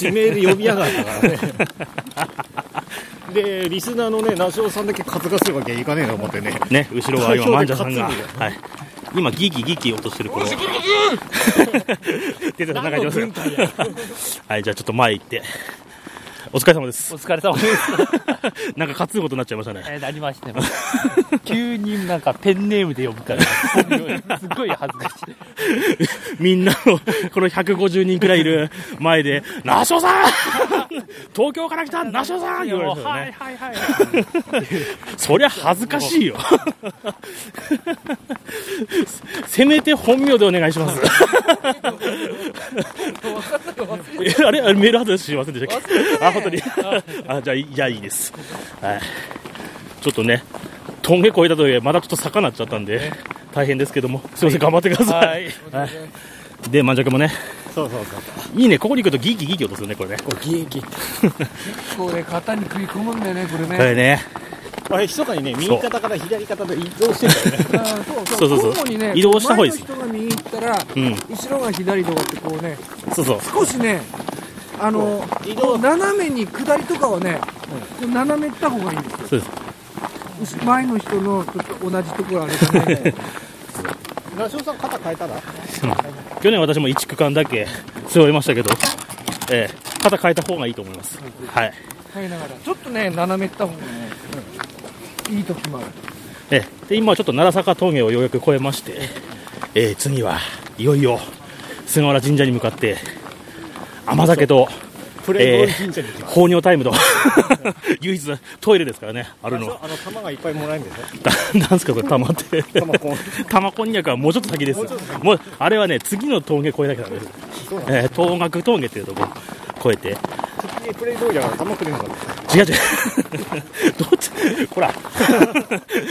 Speaker 1: 指名で呼びやがったからねでリスナーのね那須尾さんだけ担がせるわけにはいかねえと思ってね
Speaker 2: ね、後ろは今、万
Speaker 1: 東京で
Speaker 2: ゃさんが、
Speaker 1: 担ぐ
Speaker 2: はい、今、ギーキギーキ音してる頃、 出てた中にいますよ。 はい、じゃあちょっと前行って、お疲れ様です
Speaker 3: お。疲れ様です。
Speaker 2: なんか勝つことになっちゃいましたね。
Speaker 3: えーなりましても。 急になんかペンネームで呼ぶから、すっごい恥ずかしい。
Speaker 2: みんなの、この150人くらいいる前で、ナショさん 東京から来たナショさん言われてたよね。
Speaker 3: はいはい。
Speaker 2: そりゃ恥ずかしいよ。 せめて本名でお願いします。え あれあれメールアドレスしませんでしたっけあ、本当に。あ、じゃあ、いや、いいです。はい。ちょっとね、峠越えたとはいえ、まだちょっと坂になっちゃったんで、大変ですけども、すいません、頑張ってください。はい。で、満尺もね、
Speaker 1: そうそうそう
Speaker 2: いいね、ここに行くとギーキギーキ音するね、これね。
Speaker 11: こうギンギンこれ肩に食い込むんだよねこれ ね
Speaker 2: これね、
Speaker 1: あれ密かにね右肩から左肩で移動してたよ ね
Speaker 11: あーそう
Speaker 2: そうそ
Speaker 11: そう
Speaker 2: うそう
Speaker 11: 交互にね
Speaker 2: 移動した方がいいです
Speaker 11: 前の人が右行ったら、
Speaker 2: うん
Speaker 11: 後ろが左とかってこうね
Speaker 2: そうそう。
Speaker 11: 少しねあの
Speaker 1: 移動
Speaker 11: 斜めに下りとかはね、斜めった方がいいんですよ
Speaker 2: そうです。
Speaker 11: 前の人のと同じところあれだ ね
Speaker 1: 那須尾さん肩変えたら
Speaker 2: 去年私も1区間だけ背負いましたけど、ええ、肩変えた方がいいと思います。はい。
Speaker 11: 変えながらちょっとね斜めった方がね、いい時もある
Speaker 2: ええ、で、今はちょっと奈良坂峠をようやく越えまして、ええ、次はいよいよ菅原神社に向かって、甘酒と、
Speaker 1: プレイ
Speaker 2: え
Speaker 1: ボーイ神社に行き
Speaker 2: え、
Speaker 1: ます、
Speaker 2: 放尿タイムと、 唯一トイレですからね、あるの。
Speaker 1: あの玉がいっぱいもらえるんですよ
Speaker 2: ななんすか、これ、玉って。
Speaker 1: 玉こん
Speaker 2: 玉こんにゃくはもうちょっと先ですよ。もう、あれはね、次の峠越えなきゃダメです。ええ、東岳峠っていうとこ越えて、
Speaker 1: 敵にプレイボーイだから玉くれるのか
Speaker 2: 違う違う どっち ほら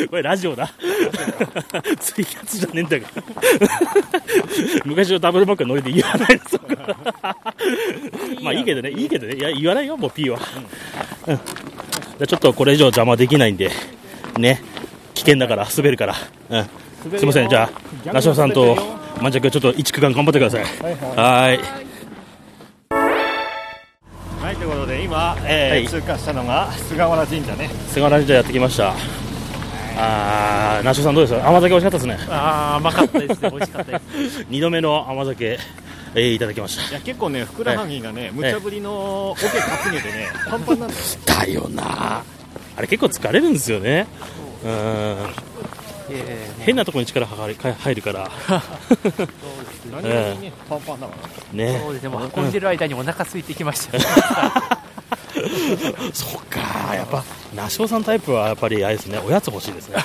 Speaker 2: これラジオだ ツイキャスじゃねえんだから 昔のダブルバックのノリで言わないのそこまあいいけどねいいけどねいや言わないよもう P は、うんじゃあちょっとこれ以上邪魔できないんでね危険だから滑るから、うん、すいませんじゃあ那須さんと万着ちょっと一区間頑張ってくださいはーい
Speaker 1: はいということで今、えー
Speaker 2: はい
Speaker 1: 通過したのが菅原神社ね
Speaker 2: 菅原神社やってきましたあー那須さんどうです甘酒美味しかったですね
Speaker 3: ああ、甘かったですね。美味しかったです。
Speaker 2: 2度目の甘酒、えーいただきまし
Speaker 1: いや結構ねふくらはぎがね無茶ぶりのオケ担げてねパンパンなんだよ
Speaker 2: ただよなあれ結構疲れるんですよねうん変なところに力が入るから
Speaker 1: 何気にねパンパンだから
Speaker 2: ね
Speaker 3: そうですね。もう運んでる間にお腹空いてきました。
Speaker 2: そっかやっぱ那須さんタイプはやっぱりあれですねおやつ欲しいです ね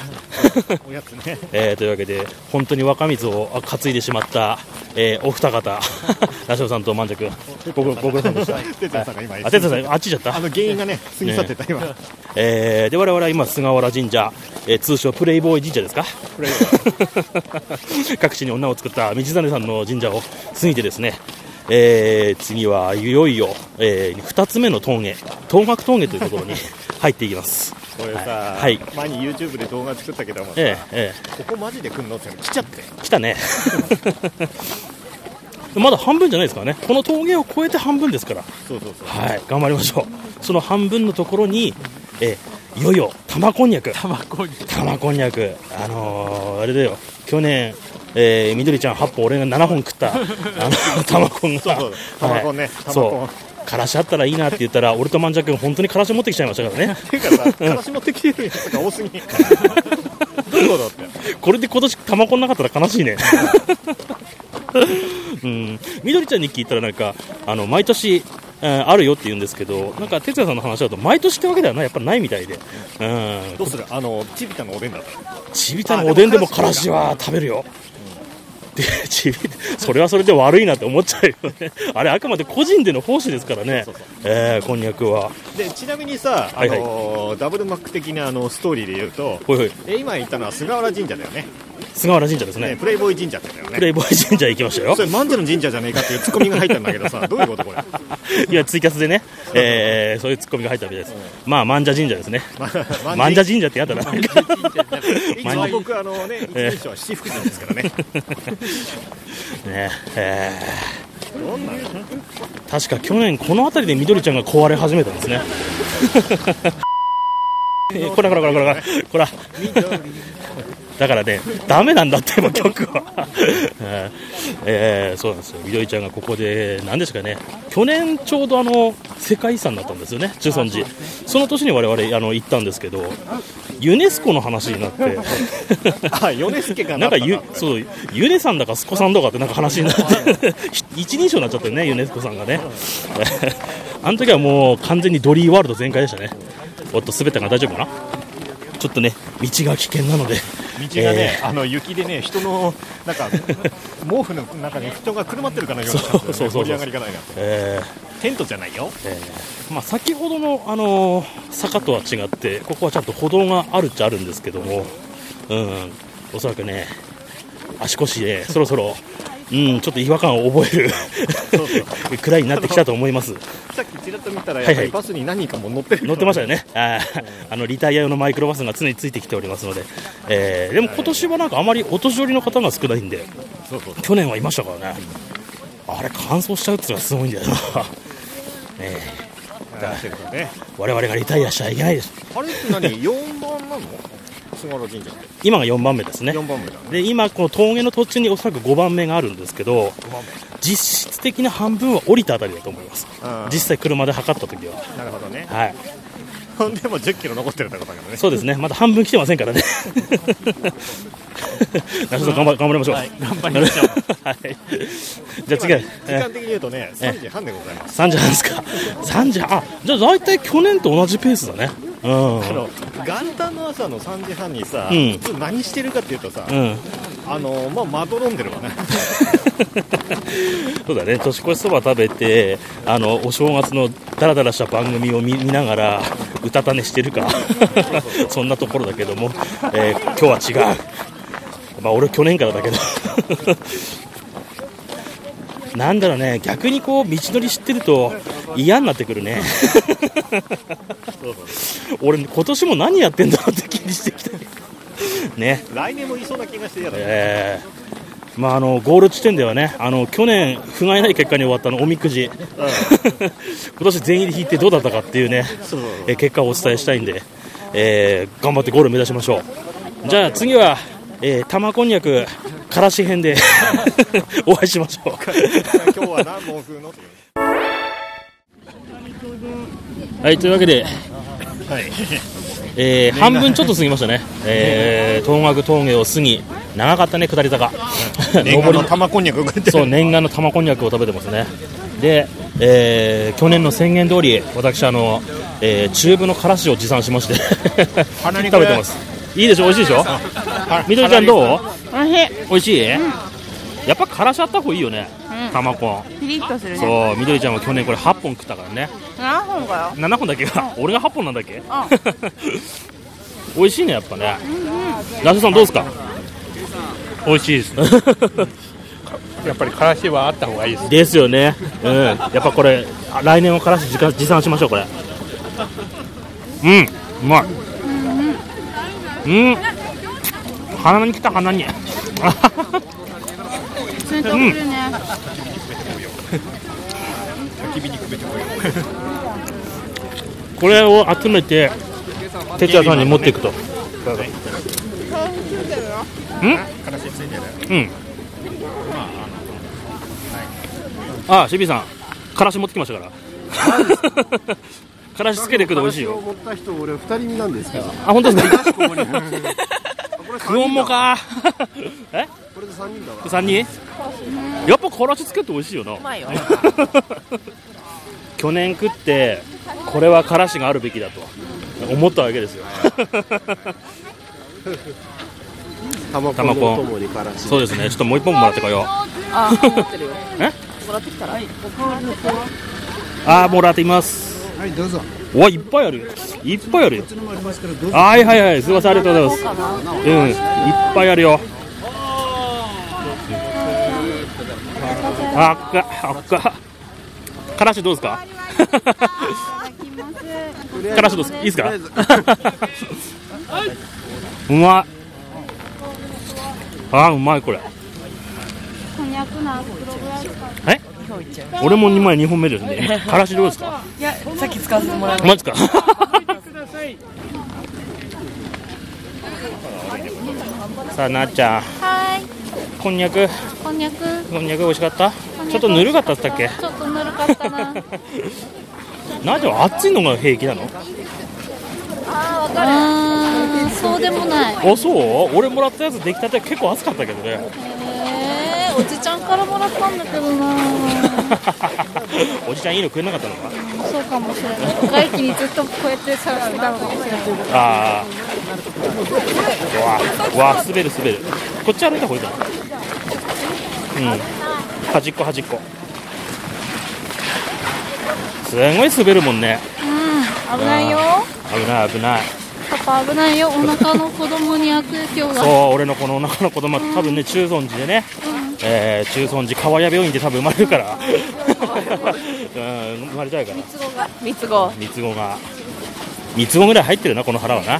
Speaker 1: おやつね
Speaker 2: えーというわけで本当に若水をあ担いでしまった、えーお二方 那須さんと万尺ごごご苦労さんでした
Speaker 1: 哲也さんが今
Speaker 2: あ哲也さんあっち行っちゃった
Speaker 1: あの原因がね過ぎ去ってた今、
Speaker 2: えー、で我々は今菅原神社、えー通称プレイボーイ神社ですか
Speaker 1: プレイ
Speaker 2: 各地に女を作った道真さんの神社を過ぎてですね、えー次はいよいよ、え2つ目の峠東岳峠というところに 入っていきます
Speaker 1: これさ、
Speaker 2: はいはい
Speaker 1: 前に YouTube で動画作ったけどもさ、
Speaker 2: えーえ
Speaker 1: ここマジで来んのって来ちゃって
Speaker 2: ー来た ねまだ半分じゃないですからねこの峠を越えて半分ですから
Speaker 1: そうそうそう
Speaker 2: はい、頑張りましょう。その半分のところに、えーいよいよ玉こんにゃく
Speaker 3: 玉こんにゃく
Speaker 2: 玉こんにゃくあのー、あれだよ去年えー、みどりちゃん8本俺が7本食 ったあの玉こんが
Speaker 1: そうそう玉こんね
Speaker 2: はい
Speaker 1: 玉こん
Speaker 2: そうからしあったらいいなって言ったら俺とまんじゃくん本当にからし持ってきちゃいましたからね
Speaker 1: ていうかさ、からし持ってきてるやつが多す ぎんどういうことって。
Speaker 2: これで今年玉こんなかったら悲しい ねうんみどりちゃんに聞いたらなんかあの毎年、えーあるよって言うんですけどなんか哲也さんの話だと毎年ってわけではないやっぱないみたいでうん
Speaker 1: どうするあの、ちびたのおでんだった
Speaker 2: ちびたのおでんでもからしは食べるよでちびそれはそれで悪いなって思っちゃうよ ねあれあくまで個人での奉仕ですからねえーこんにゃくは
Speaker 1: で、ちなみにさ、あの
Speaker 2: はいはい
Speaker 1: ダブルマック的なあのストーリーで言うと、
Speaker 2: ほいほい
Speaker 1: え今言ったのは菅原神社だよね。
Speaker 2: 菅原神社ですね
Speaker 1: ね、プレイボーイ神社って言ったよね。
Speaker 2: プレイボーイ神社行きましたよ
Speaker 1: それ万世の神社じゃねえかっていうツッコミが入ったんだけど さどういうことこれ
Speaker 2: いやツイキャスでね、えーそういうツッコミが入ったわけです、まあ万社神社ですね
Speaker 1: ま
Speaker 2: 万社神社ってやったらなんか
Speaker 1: 一応僕あのね一人称は七福神ですからね
Speaker 2: ねえー確か去年この辺りでみどりちゃんが壊れ始めたんですね えーこらこらこらこらこらだからねダメなんだってもう曲 はえーえーそうなんですよみどりちゃんがここで何ですかね去年ちょうどあの世界遺産だったんですよね中尊寺その年に我々あの行ったんですけどユネスコの話になって
Speaker 1: あ米助が
Speaker 2: なんかゆ
Speaker 1: っ、た
Speaker 2: そう、ユネさんだか、スコさんだかって、なんか話になって、 一人称になっちゃってるね、ユネスコさんがね。 あの時はもう完全にドリーワールド全開でしたね。おっと、滑ったから大丈夫かなちょっとね、道が危険なので。
Speaker 1: 道がね、あの雪でね人のなん か毛布の中に人がくるまってるかのような感じでね
Speaker 2: そうそうそうそう
Speaker 1: 盛り上がりがないなと
Speaker 2: えーえ
Speaker 1: テントじゃないよ
Speaker 2: ーまあ、先ほどの、あのー坂とは違って、ここはちゃんと歩道があるっちゃあるんですけども、うん、おそらくね、足腰で、そろそろ、うん、ちょっと違和感を覚える
Speaker 1: そうそ
Speaker 2: くらいになってきたと思います。
Speaker 1: さっきちらっと見たら
Speaker 2: い
Speaker 1: やっぱりバスに何人かも乗ってる
Speaker 2: 乗ってました
Speaker 1: よ
Speaker 2: よね、あーあのリタイア用のマイクロバスが常についてきておりますので、えーでも今年はなんかあまりお年寄りの方が少ないんで、
Speaker 1: そうそう
Speaker 2: 去年はいましたからね、あれ、乾燥しちゃうっていうのはすごいんだよな、 え
Speaker 1: あそういうことね
Speaker 2: ー、我々がリタイアしちゃいけないです、
Speaker 1: あれって 何4番なの菅原神社って
Speaker 2: 今が4番目ですね。
Speaker 1: 4番目だね
Speaker 2: で今、この峠の途中におそらく5番目があるんですけど、実質的な半分は降りたあたりだと思います、
Speaker 1: うん
Speaker 2: 実際、車で測った時は、
Speaker 1: なるほどね
Speaker 2: はい、
Speaker 1: ほんでも1 0キロ残ってるってことだけどね
Speaker 2: そうですね、まだ半分来てませんから ね。なるほど頑張頑張りましょう。頑張りましょう。 はい。じゃあ次は、
Speaker 1: 時
Speaker 2: え
Speaker 1: 間的に言うとね3時半でございます
Speaker 2: 三時半ですか。三時半あじゃあ大体去年と同じペースだね。うん。
Speaker 1: あの元旦の朝の3時半にさ、
Speaker 2: うん
Speaker 1: 普通何してるかっていうとさ、
Speaker 2: うん。
Speaker 1: あのまあまどろんでる わね
Speaker 2: そうだね。年越しそば食べてあのお正月のダラダラした番組を見見ながらうたた寝してるかそんなところだけども、えー今日は違う。まあ俺去年からだけど。 なんだろうね、逆にこう道のり知ってると嫌になってくるね。 俺、今年も何やってんだろうって気にしてきたね。
Speaker 1: 来年もいそうな気がして嫌だね、
Speaker 2: えーまあ、あのゴール地点ではねあの去年、不甲斐ない結果に終わったあのおみくじ、 今年全員で引いてどうだったかっていうね、
Speaker 1: そうそう
Speaker 2: えー結果をお伝えしたいんで、えー頑張ってゴール目指しましょう。じゃあ次は、えー玉こんにゃくからし編で お会いしましょう。
Speaker 1: 今日は何問風のっていう
Speaker 2: はい、というわけで、
Speaker 1: はい
Speaker 2: えー半分ちょっと過ぎましたね、えー、東岳峠を過ぎ、長かったね、下り坂、
Speaker 1: 年
Speaker 2: 上
Speaker 1: 間
Speaker 2: り
Speaker 1: の玉こんにゃく食って
Speaker 2: そう念願の玉こんにゃくを食べてますねで、えー去年の宣言通り私あの、えーチューブのからしを持参しまして
Speaker 1: 鼻に
Speaker 2: 食べてますいいでしょ美味しいでしょみどりちゃんどう美味しいやっぱからしあった方がいいよね、玉こん
Speaker 6: ピリッとするね
Speaker 2: そうみどりちゃんは去年これ8本食ったからね
Speaker 6: 何本かよ
Speaker 2: 7本だっけか俺が8本なんだっけ 美味しいねやっぱねラスさんどうですか美味しいです
Speaker 3: やっぱりからしはあった方がいいです
Speaker 2: ですよね、うん、やっぱこれ、あ来年はからし自持参しましょう、これ。うん、うまい。うん、鼻に来た、鼻に。
Speaker 12: 冷たく来るね。
Speaker 2: これを集めて、哲也さんに持っていくと。うん
Speaker 1: 形ついてる
Speaker 2: うん。ああ、シビさん、からし持ってきました から。からしつけてくと美味しいよ。
Speaker 14: 持った人、俺、二人身なんですけど。
Speaker 2: あ、本当ですか。
Speaker 14: ここに れ
Speaker 2: クオンもか。え、
Speaker 14: これで三人だわ。
Speaker 2: 三人。やっぱからしつけって美味しいよな。
Speaker 6: うま いよ
Speaker 2: 去年食って、これはからしがあるべきだと。思ったわけですよ。
Speaker 14: たま
Speaker 2: 玉
Speaker 14: の
Speaker 2: こ
Speaker 14: お
Speaker 2: ん
Speaker 14: 供にからし。
Speaker 2: そうですね。ちょっともう一本もらってこよう。
Speaker 6: あ 持ってるよ
Speaker 2: え
Speaker 6: もらってきたら
Speaker 2: あー、もらっています。
Speaker 14: はい、どうぞ。
Speaker 2: うわ、いっぱいあるよ。いっぱいあるよ。
Speaker 14: それもありますから、どうぞ。
Speaker 2: はいはいはい、すいません、ありがとうございます。うん、いっぱいあるよ。あっか、あっか。からしどうですか。からしどうですか、いいですか。うまい。あー、うまい、これ。
Speaker 12: こんにゃくの袋ぐらいしか
Speaker 6: 日本行っちゃう
Speaker 2: 俺も二枚、二本目ですね。からしどうですか。
Speaker 6: いやさっき使わせてもらいま
Speaker 2: マジか。 さあ、なっちゃん、
Speaker 4: はーい。
Speaker 2: こんにゃく、
Speaker 4: こんにゃく。
Speaker 2: こんにゃく美味しかった。
Speaker 4: こんにゃく
Speaker 2: ちょっとぬるかったっすっけ。
Speaker 4: ちょっとぬるかった な。
Speaker 2: なぜ暑いのが平気なの
Speaker 4: あー、そうでもない。
Speaker 2: あそう俺もらったやつ出来たて結構暑かったけどね
Speaker 4: えー、おじちゃんからもらったんだけどな。
Speaker 2: おじちゃんいいの食えなかったのか
Speaker 4: そうかもしれない。外気にずっとこうやって探してたのかもしれない。
Speaker 2: ああうわうわ滑る滑るこっち歩いた方がいいかなうん端っこ端っこすごい滑るもんね
Speaker 4: うん、危ないよ。
Speaker 2: 危ない危ない
Speaker 4: パパ危ないよ。お腹の子供に悪影響が。
Speaker 2: そう俺のこのお腹の子供多分ね中尊寺でね、えー中尊寺川屋病院で多分生まれるから うん生まれちゃうから
Speaker 6: す三つ子
Speaker 2: 三つ子が三つ子ぐらい入ってるなこの腹は な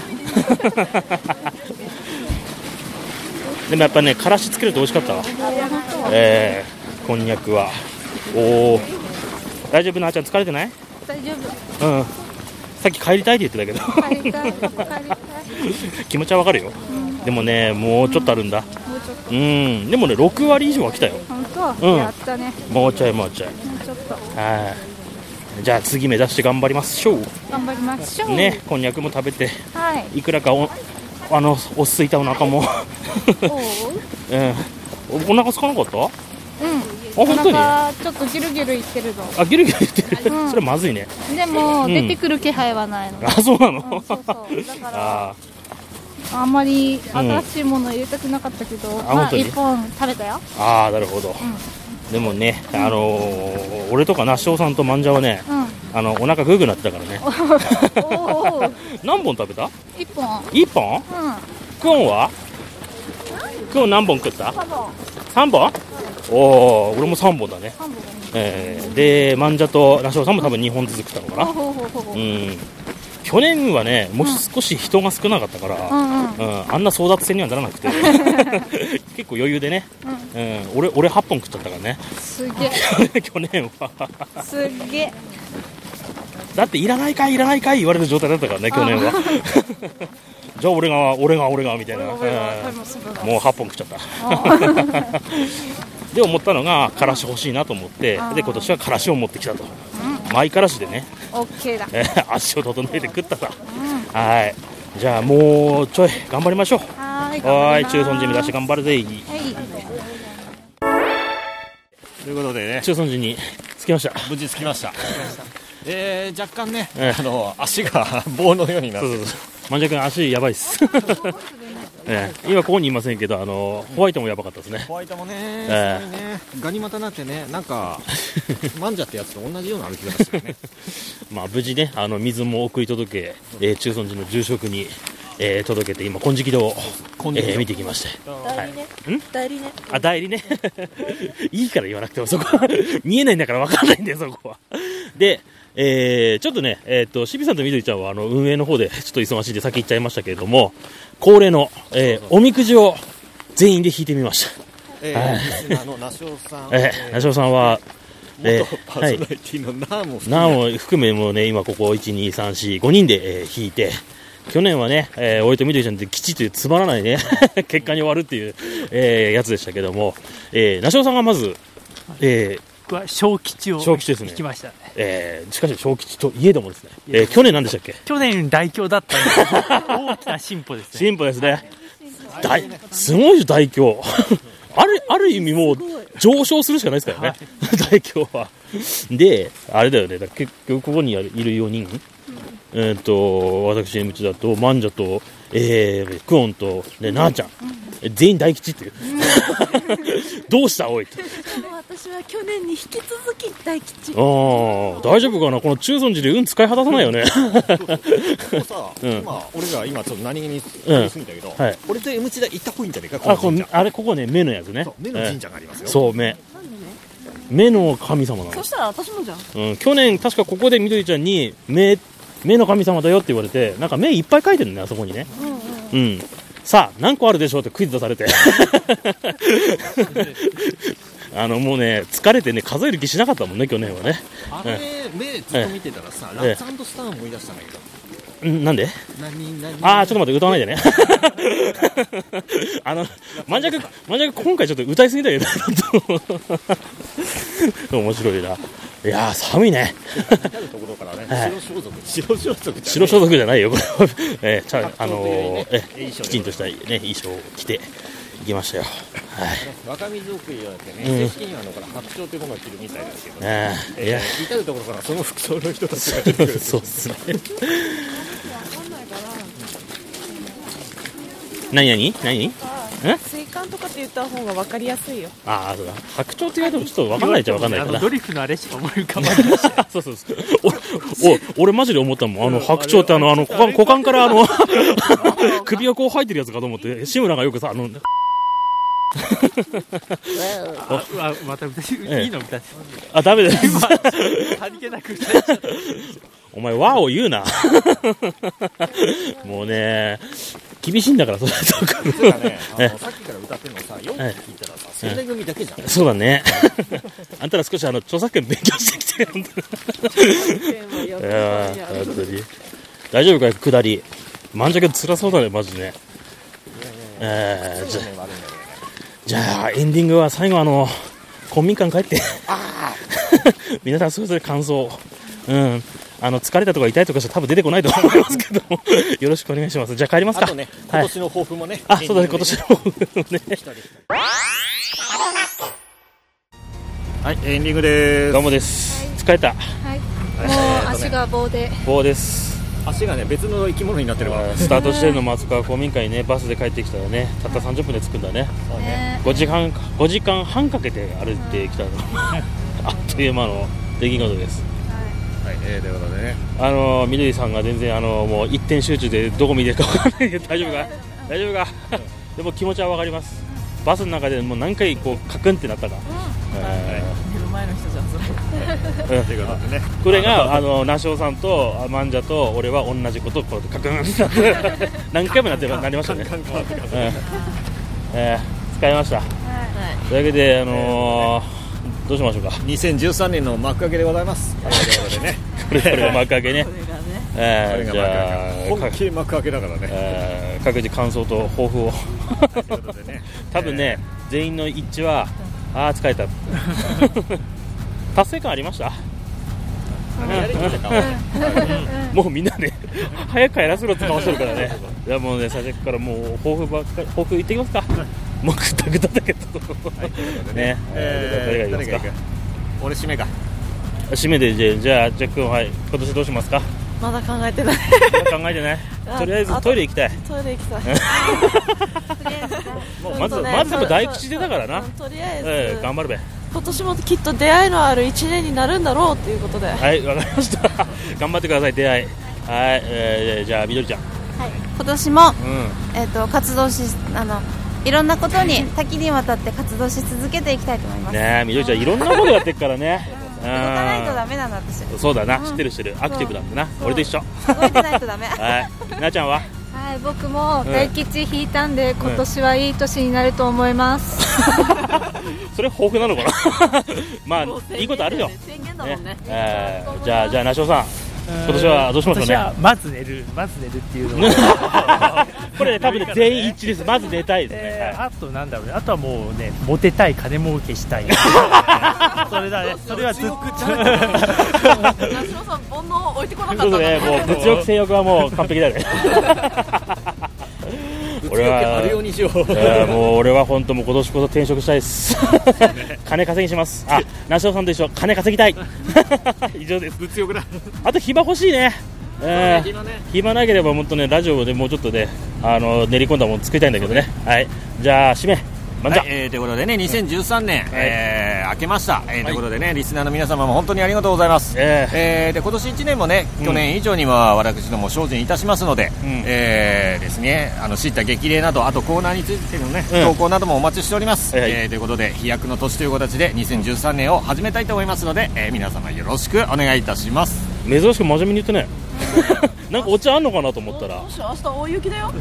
Speaker 2: でもやっぱねからしつけると美味しかったわえー、こんにゃくはおお大丈夫なあちゃん疲れてない
Speaker 4: 大丈夫。
Speaker 2: うんさっき帰りたいって言ってた
Speaker 4: 帰
Speaker 2: け
Speaker 4: りたい。帰り
Speaker 2: ど
Speaker 4: たい。
Speaker 2: 気持ちはわかるよ、でもねもうちょっとあるんだ
Speaker 4: もうちょっと。
Speaker 2: うんでもね6割以上は来たよ
Speaker 4: 本当、
Speaker 2: うん
Speaker 4: やったね。
Speaker 2: もうちょいもうちょい
Speaker 4: もうちょっと。
Speaker 2: はいじゃあ次目指して頑張りましょう
Speaker 4: 頑張りましょう。
Speaker 2: ねこんにゃくも食べて
Speaker 4: はい。
Speaker 2: いくらかおあのおすいたお腹も、
Speaker 4: おう。
Speaker 2: うん、おお腹空かなかったあ
Speaker 4: うん。
Speaker 2: 本当
Speaker 4: お
Speaker 2: にあ
Speaker 4: 腹ちょっとギルギルいってるぞ。
Speaker 2: ギルギル言ってる、
Speaker 4: うん
Speaker 2: それまずいね
Speaker 4: でも、
Speaker 2: うん
Speaker 4: 出てくる気配はないの。
Speaker 2: あそうな
Speaker 4: うん
Speaker 2: の、
Speaker 4: そうそうだから
Speaker 2: あ
Speaker 4: あんまり新しいもの入れたくなかったけど、ま
Speaker 2: 本
Speaker 4: あ
Speaker 2: 当に
Speaker 4: 一本食べたよ。
Speaker 2: ーあーなるほど、でもね、あのー俺とか那須雄さんとまんじゃはね
Speaker 4: うん。
Speaker 2: あのお腹グーグーなってたからね
Speaker 4: おー
Speaker 2: 何本食べた
Speaker 4: 一本。
Speaker 2: 1本
Speaker 4: うん。
Speaker 2: クオンはクオン何本食った3本おお俺も3本だね、
Speaker 4: 三本。
Speaker 2: えー、でまんじゃと那須雄さんも多分2本ずつ食ったのかな
Speaker 4: ほうほうほうほう。
Speaker 2: う
Speaker 4: うん
Speaker 2: ん去年はね、もう少し人が少なかったから、
Speaker 4: う
Speaker 2: うん
Speaker 4: ん。
Speaker 2: あんな争奪戦にはならなくて、 結構余裕でね、うん俺俺8本食っちゃったからね、
Speaker 4: すげえ。
Speaker 2: 去年は。
Speaker 4: すっげえ。
Speaker 2: だって、いらないかい、いらないかい言われる状態だったからね、去 年は。じゃあ、俺が、俺が、俺が、みたいな、うんもう8本食っちゃった。 で、思ったのが、からし欲しいなと思って、で、今年はからしを持ってきたと。マイからしでね、
Speaker 4: オッケーだ。
Speaker 2: えー 足を整えて食ったさ、はいじゃあもうちょい頑張りましょう
Speaker 4: はーい。
Speaker 2: はーい中村寺目指して頑張るぜ
Speaker 4: はい。
Speaker 1: ということでね
Speaker 2: 中村寺に着きました
Speaker 1: 無事着きました
Speaker 7: えー、若干ね、
Speaker 2: え
Speaker 1: あの 足が棒のようになっ
Speaker 2: そ
Speaker 1: て
Speaker 2: うそうそうマンジャ君足やばいっす、 ええ今ここにいませんけどあのホワイトもやばかったですね
Speaker 7: ホワイトもね、
Speaker 2: え
Speaker 7: すごいね、ガニ股になってね、なん か、マンジャってやつと同じような歩き方してるね。
Speaker 2: まあ無事ねあの水も送り届け、えー中村寺の住職に、えー届けて今金色堂を、
Speaker 7: 金色堂
Speaker 2: えー見てきまして
Speaker 6: 代理ね
Speaker 2: ん
Speaker 6: 代理ね
Speaker 2: あ代理ね いいから言わなくてもそこは 見えないんだから分かんないんだよそこはで、えーちょっとねえっ、と渋さんとみどりちゃんはあの運営の方でちょっと忙しいんで先行っちゃいましたけれども恒例の、えーおみくじを全員で引いてみまし
Speaker 1: え
Speaker 2: はい
Speaker 1: ー、リスナーの那須雄さん、
Speaker 2: た、えー、那さんは、え
Speaker 1: 元パーソナリティのナーも含め
Speaker 2: なお含めもね今ここ12345人で、えー引いて去年はね、えー、大江戸みどりちゃんってきちっというつまらないね、 結果に終わるっていう、えーやつでしたけども、えー、ナショさんがまず、えー
Speaker 3: 僕は小吉を
Speaker 2: 小吉ですね
Speaker 3: 引きましたね
Speaker 2: えーしかし小吉といえどもですね、えー去年なんでしたっけ
Speaker 3: 去年大凶だったんで大きな進歩ですね
Speaker 2: 進歩ですね。大、すごいよ、大凶。 ある、ある意味もう上昇するしかないですからね。 大凶は。で、あれだよね。だから結局、ここにあるいる4人。えーっと、私、M チだと、マンジャと、えー、クオンと、で、なあちゃん。え全員大吉っていう。 どうした、おいって。
Speaker 6: 私は去年に引き続き大吉
Speaker 2: ああ、大丈夫かなこの中尊寺で運使い果たさないよね。
Speaker 1: ここさ、
Speaker 2: うん
Speaker 1: 今俺が今ちょっと何気に
Speaker 2: うん
Speaker 1: 言い過ぎたけど、
Speaker 2: はい
Speaker 1: 俺と M チだ行った方がいいんじゃねえかこ
Speaker 2: あ
Speaker 1: の
Speaker 2: こ
Speaker 1: 神
Speaker 2: の
Speaker 1: 社
Speaker 2: あれここね目のやつね
Speaker 1: そう目の神社がありますよ
Speaker 2: えーそう目目の神様なの
Speaker 6: そ、したら私もじゃん
Speaker 2: うん、去年確かここでみどりちゃんに目目の神様だよって言われてなんか目いっぱい描いてるねあそこにねうん、さあ何個あるでしょうってクイズ出さ れてあのもうね疲れてね数える気しなかったもんね去年はね
Speaker 1: あれ目ずっと見てたらさ、
Speaker 2: え
Speaker 1: ラッツスター思い出したんだけど
Speaker 2: うんなんで
Speaker 1: 何何
Speaker 2: ああちょっと待って歌わないでね あのマンジャクマンジャク今回ちょっと歌いすぎたけど面白いないやー寒いね
Speaker 1: 至るところからね、
Speaker 2: はい
Speaker 1: 白装束白装束じゃね
Speaker 2: 白所属じゃないよこれは、えーちゃあのーえ
Speaker 1: いい衣装で
Speaker 2: きちんとした、ね、衣装を着ていきましたよはい
Speaker 1: え若水送りはってね、
Speaker 2: う
Speaker 1: 正
Speaker 2: ん
Speaker 1: 式にはあのほら白鳥というものを着るみたいですけど、
Speaker 2: あーいや
Speaker 1: えー至るところからその服装の人たちが出てくる
Speaker 2: そうっすね何何何え
Speaker 6: 水管とかって言った方が分かりやすいよ
Speaker 2: ああそうだ白鳥って言われてもちょっと分かんないっちゃ分かんないか
Speaker 3: あ
Speaker 2: な
Speaker 3: のドリフのあれしか思い浮かばない
Speaker 2: そうそうそう。お、お、俺マジで思ったもん。あの、白鳥ってあの、あの、股間、股間からあ の、首がこう生えてるやつかと思って、志村がよくさ、あの、
Speaker 3: あうわまた歌い
Speaker 2: ええ
Speaker 3: いいの歌って
Speaker 2: あ、ダメ です。
Speaker 3: はりげなく歌っちゃった
Speaker 2: お前、わーを言うな。もうね、厳しいんだから、それ
Speaker 1: 実 はねあ
Speaker 2: え
Speaker 1: のさっきから歌ってるのさ4
Speaker 2: え
Speaker 1: 曲聞いたらさ仙台組だけじゃん
Speaker 2: そうだね。 あんたら少しあの、著作権勉強してきてよ、本当に。いやー本当に。大丈夫かよ、下り。満着辛そうだね、マジね。えー、じゃあ
Speaker 1: あるんだよね
Speaker 2: じゃあ、エンディングは最後、あの、公民館帰って、 皆さん、それぞれ感想を、うん、あの疲れたとか痛いとかじゃ多分出てこないと思いますけども、よろしくお願いします。じゃあ、帰ります
Speaker 1: あ
Speaker 2: か。
Speaker 1: とね
Speaker 2: は
Speaker 1: 今
Speaker 2: い、
Speaker 1: 年の抱負 もね、
Speaker 2: あ、そうだね、今年のね。
Speaker 1: はいエンディングで
Speaker 2: どうもです。疲れた。
Speaker 4: う足が棒で
Speaker 2: 棒です。
Speaker 1: 足がね別の生き物になってるから
Speaker 2: スタート地点の松川公民館にね、バスで帰ってきたらね、たった30分で着くんだね。
Speaker 1: そうね
Speaker 4: ね
Speaker 2: 5時間か、5時間半かけて歩いて きたの。あっという間の出来事です。
Speaker 1: はいえーということでね
Speaker 2: あのみどりさんが全然あのもう一点集中でどこ見てるか分からないけど大丈夫か大丈夫かでも気持ちは分かりますバスの中でもう何回こうカクンってなったか、え
Speaker 6: 目の前の人じゃんそれ
Speaker 2: ーうん
Speaker 1: ということでね
Speaker 2: これがあのナショウさんとあマンジャと俺は同じことをこうやってカクンっ てなって何回もなってなりましたね、うんえー使いました、というわけであのーどうしま しょうか
Speaker 1: 2013年の幕開けでございますはいということでね
Speaker 2: これこれを幕開けね
Speaker 6: そ、れが
Speaker 1: こ
Speaker 2: え
Speaker 6: ね
Speaker 1: れ
Speaker 2: ー
Speaker 1: が幕
Speaker 2: じゃ
Speaker 1: 開け
Speaker 2: あ
Speaker 1: 本気幕開けだからね
Speaker 2: えー各自感想と抱負 を
Speaker 1: ということ でね
Speaker 2: 多分ね、全員の一致はああ疲 れた達成感ありました
Speaker 1: やりきれたわ
Speaker 2: もうみんなね早く帰らせろって顔してる からねいやもうね最初からもう抱負ばっかり抱負言ってきますかもうグダグダだけどね
Speaker 1: えー
Speaker 2: えー誰
Speaker 1: 誰が
Speaker 2: が言い
Speaker 1: 行
Speaker 2: ま
Speaker 1: く俺締めか
Speaker 2: すか締めでじゃあじゃあジャック君はい今年どうしますか
Speaker 6: まだ考えてない
Speaker 2: まだ考えてない
Speaker 6: あ
Speaker 2: とりあえ
Speaker 6: あ
Speaker 2: ず
Speaker 6: と
Speaker 2: トイレ行きたい
Speaker 6: トイレ行きたい
Speaker 2: まず
Speaker 6: そうね
Speaker 2: まずやっぱ大
Speaker 6: そ
Speaker 2: 吉
Speaker 6: う
Speaker 2: でだからな
Speaker 6: うんとりあえず、
Speaker 2: えー頑張るべ
Speaker 6: 今年もきっと出会いのある1年になるんだろうっていうことで
Speaker 2: はい、わかりました。 頑張ってください、出会い。はい、えー、じゃあ、みどりちゃん。
Speaker 12: 今年も、
Speaker 2: う
Speaker 12: えっ、と、活動し、あの、いろんなことに多岐にわたって活動し続けていきたいと思いま
Speaker 2: ん。
Speaker 12: す。
Speaker 2: ねえ、みどりちゃん、いろんなことやってるからね。
Speaker 12: 動かないとダメなんだ、私。
Speaker 2: うん。そうだな、知ってる知ってる。アクティブなんだな。俺と一緒。
Speaker 12: 動いてないとダメ。
Speaker 2: はい。なあちゃんは
Speaker 4: はい僕も大吉引いたんで、今年はいい年になると思 います、
Speaker 2: それ豊富なのかなま
Speaker 6: もう
Speaker 2: あ、いいことあるよ。
Speaker 6: 宣言だもんね
Speaker 2: えーじゃあ、じゃあ、なしおさん。今年はどうしましょうね
Speaker 3: 今年はまず寝るまず寝るっていうのを
Speaker 2: これね多分ね全員一致ですまず寝たいですね
Speaker 3: えーあとなんだろうねあとはもうねモテたい金儲けし たいそれだねそれはずっと
Speaker 6: 八代さん煩悩を置いてこな
Speaker 2: と
Speaker 6: か
Speaker 2: いう
Speaker 6: った
Speaker 2: こと
Speaker 6: ん
Speaker 2: で
Speaker 6: だ
Speaker 2: もう物欲性欲はもう完璧だ ね俺は
Speaker 15: あるようにしよう
Speaker 2: えーもう俺は本当もう今年こそ転職したいです金稼ぎしますあ梨尾さんと一緒金稼ぎ たい以上です
Speaker 16: 物欲だ
Speaker 2: あと暇欲しいねえー暇なければもっとねラジオでもうちょっとねあの練り込んだもの作りたいんだけどねはいじゃあ締めまんじ ゃ、
Speaker 1: はいえーということでね、2013年、えー明けました、えーということでね、リスナーの皆様も本当にありがとうございます、えーで今年1年もね、去年以上には私ども精進いたしますので、えーですね、あの知った激励など、あとコーナーについてのね、
Speaker 2: うん
Speaker 1: 投稿などもお待ちしております。えーということで、飛躍の年という形で、2013年を始めたいと思いますので、えー皆様よろしくお願いいたします。
Speaker 2: 珍しく真面目に言って ねなんかオチあんのかなと思ったら
Speaker 6: どうしよう明日大雪だよ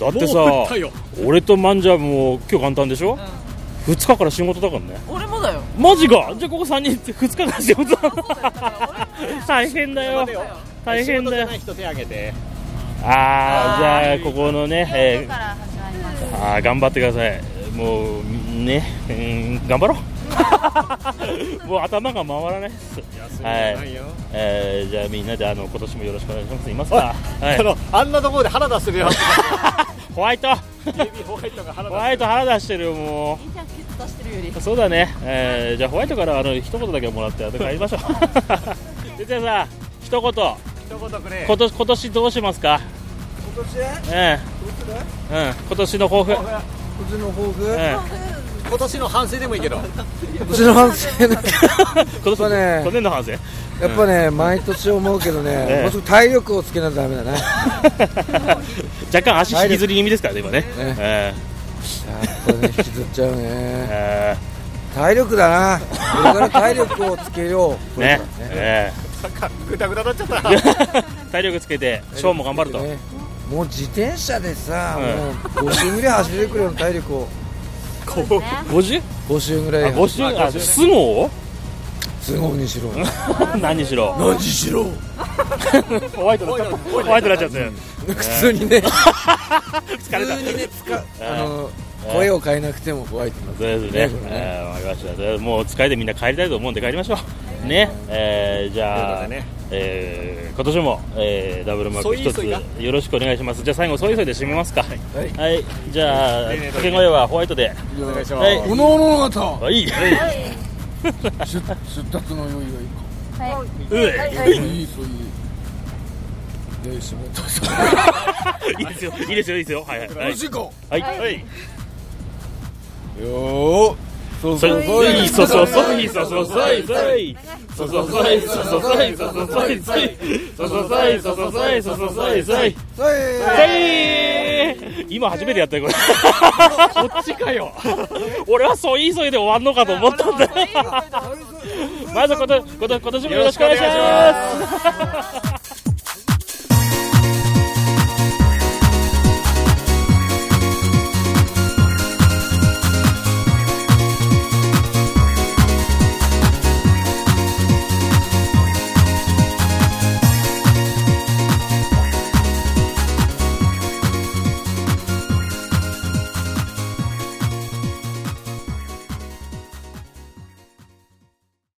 Speaker 2: だってさ
Speaker 6: もう降ったよ
Speaker 2: 俺とマンジャも今日簡単でしょ、二2日から仕事だからね
Speaker 6: 俺もだよ
Speaker 2: マジかじゃあここ3人って2日間仕事だ 大変だよ大変だよ
Speaker 1: 人手挙げて
Speaker 2: ああじゃあここのね、えーあー頑張ってくださいもうね、うん、頑張ろ うもう頭が回らないです
Speaker 1: そうじ
Speaker 2: は
Speaker 1: ゃ
Speaker 2: い
Speaker 1: ないよ
Speaker 2: えーじゃあみんなであの今年もよろしくお願いしますいますか、はい、
Speaker 1: あのあんなところで腹出してるよ
Speaker 2: ホワイト
Speaker 1: ホワイトが
Speaker 2: ホワイト腹出してるよも
Speaker 6: いいじゃんケツ出してるより
Speaker 2: うそうだね、えーじゃあホワイトからあの一言だけもらって後帰りましょうじゃあさ一言
Speaker 1: 一言くれ
Speaker 2: 今年今年どうしますか
Speaker 11: 今年
Speaker 2: ええうん今年の抱負
Speaker 11: 今年の抱負、
Speaker 2: え
Speaker 1: 今年の反省でもいいけど今
Speaker 11: 年の反省だ
Speaker 2: 今年
Speaker 11: ね
Speaker 2: 去年の反省
Speaker 11: やっぱね、毎年思うけどね、
Speaker 2: ええ
Speaker 11: もうすぐ体力をつけないとダメだね。
Speaker 2: 若干足引きずり気味ですからね今ねえ
Speaker 11: やっぱね、引きずっちゃうね。
Speaker 2: 体力だな
Speaker 11: これから体力をつけ よう。
Speaker 2: ねえ
Speaker 1: グダグダなっちゃった
Speaker 2: 体力つけてショーも頑張ると、
Speaker 11: もう自転車でさ、
Speaker 2: うん
Speaker 11: もう5周ぐらい走れるくらいの体力を。
Speaker 2: 50?
Speaker 11: 5周ぐらい。
Speaker 2: 5周あ相撲を
Speaker 11: すごいに しろ。
Speaker 2: 何にしろ何しろホワイトになっちゃったホワイトになっちゃったよ
Speaker 11: 普通にね、
Speaker 2: 疲れた
Speaker 11: 普通にね使
Speaker 2: あ
Speaker 11: あの声を変えなくても怖いってな
Speaker 2: とりあえずね、えーわかりましたとりあえず。もう疲れてみんな帰りたいと思うんで帰りましょう。ね、えーじゃあ、えー今年も、えーダブルマーク一
Speaker 1: そいそいが
Speaker 2: つよろしくお願いします。じゃあ最後そいそいで締めますか。はい、じゃあ掛け声はホワイトで。
Speaker 11: お願いし
Speaker 2: ますはい
Speaker 17: おのおの方
Speaker 2: はい。
Speaker 17: 出出立の用意
Speaker 4: は
Speaker 2: うえ
Speaker 17: がいい
Speaker 2: はい
Speaker 17: いいそういうよいしょどうぞ
Speaker 2: いいですよ、いいですよ、いいですよ。はいはい。は
Speaker 17: よろしいか
Speaker 2: はい。
Speaker 17: はい
Speaker 2: よ
Speaker 17: そ
Speaker 2: そ
Speaker 17: そ
Speaker 2: そいそそそいそそそいそいそそそいそそそいそそそいそいそそそいそそそいそそそいそい今初めてやったよこれこっちかよ俺はそいそいで終わんのかと思ったんだまず今年今年今年もよろしくお願いします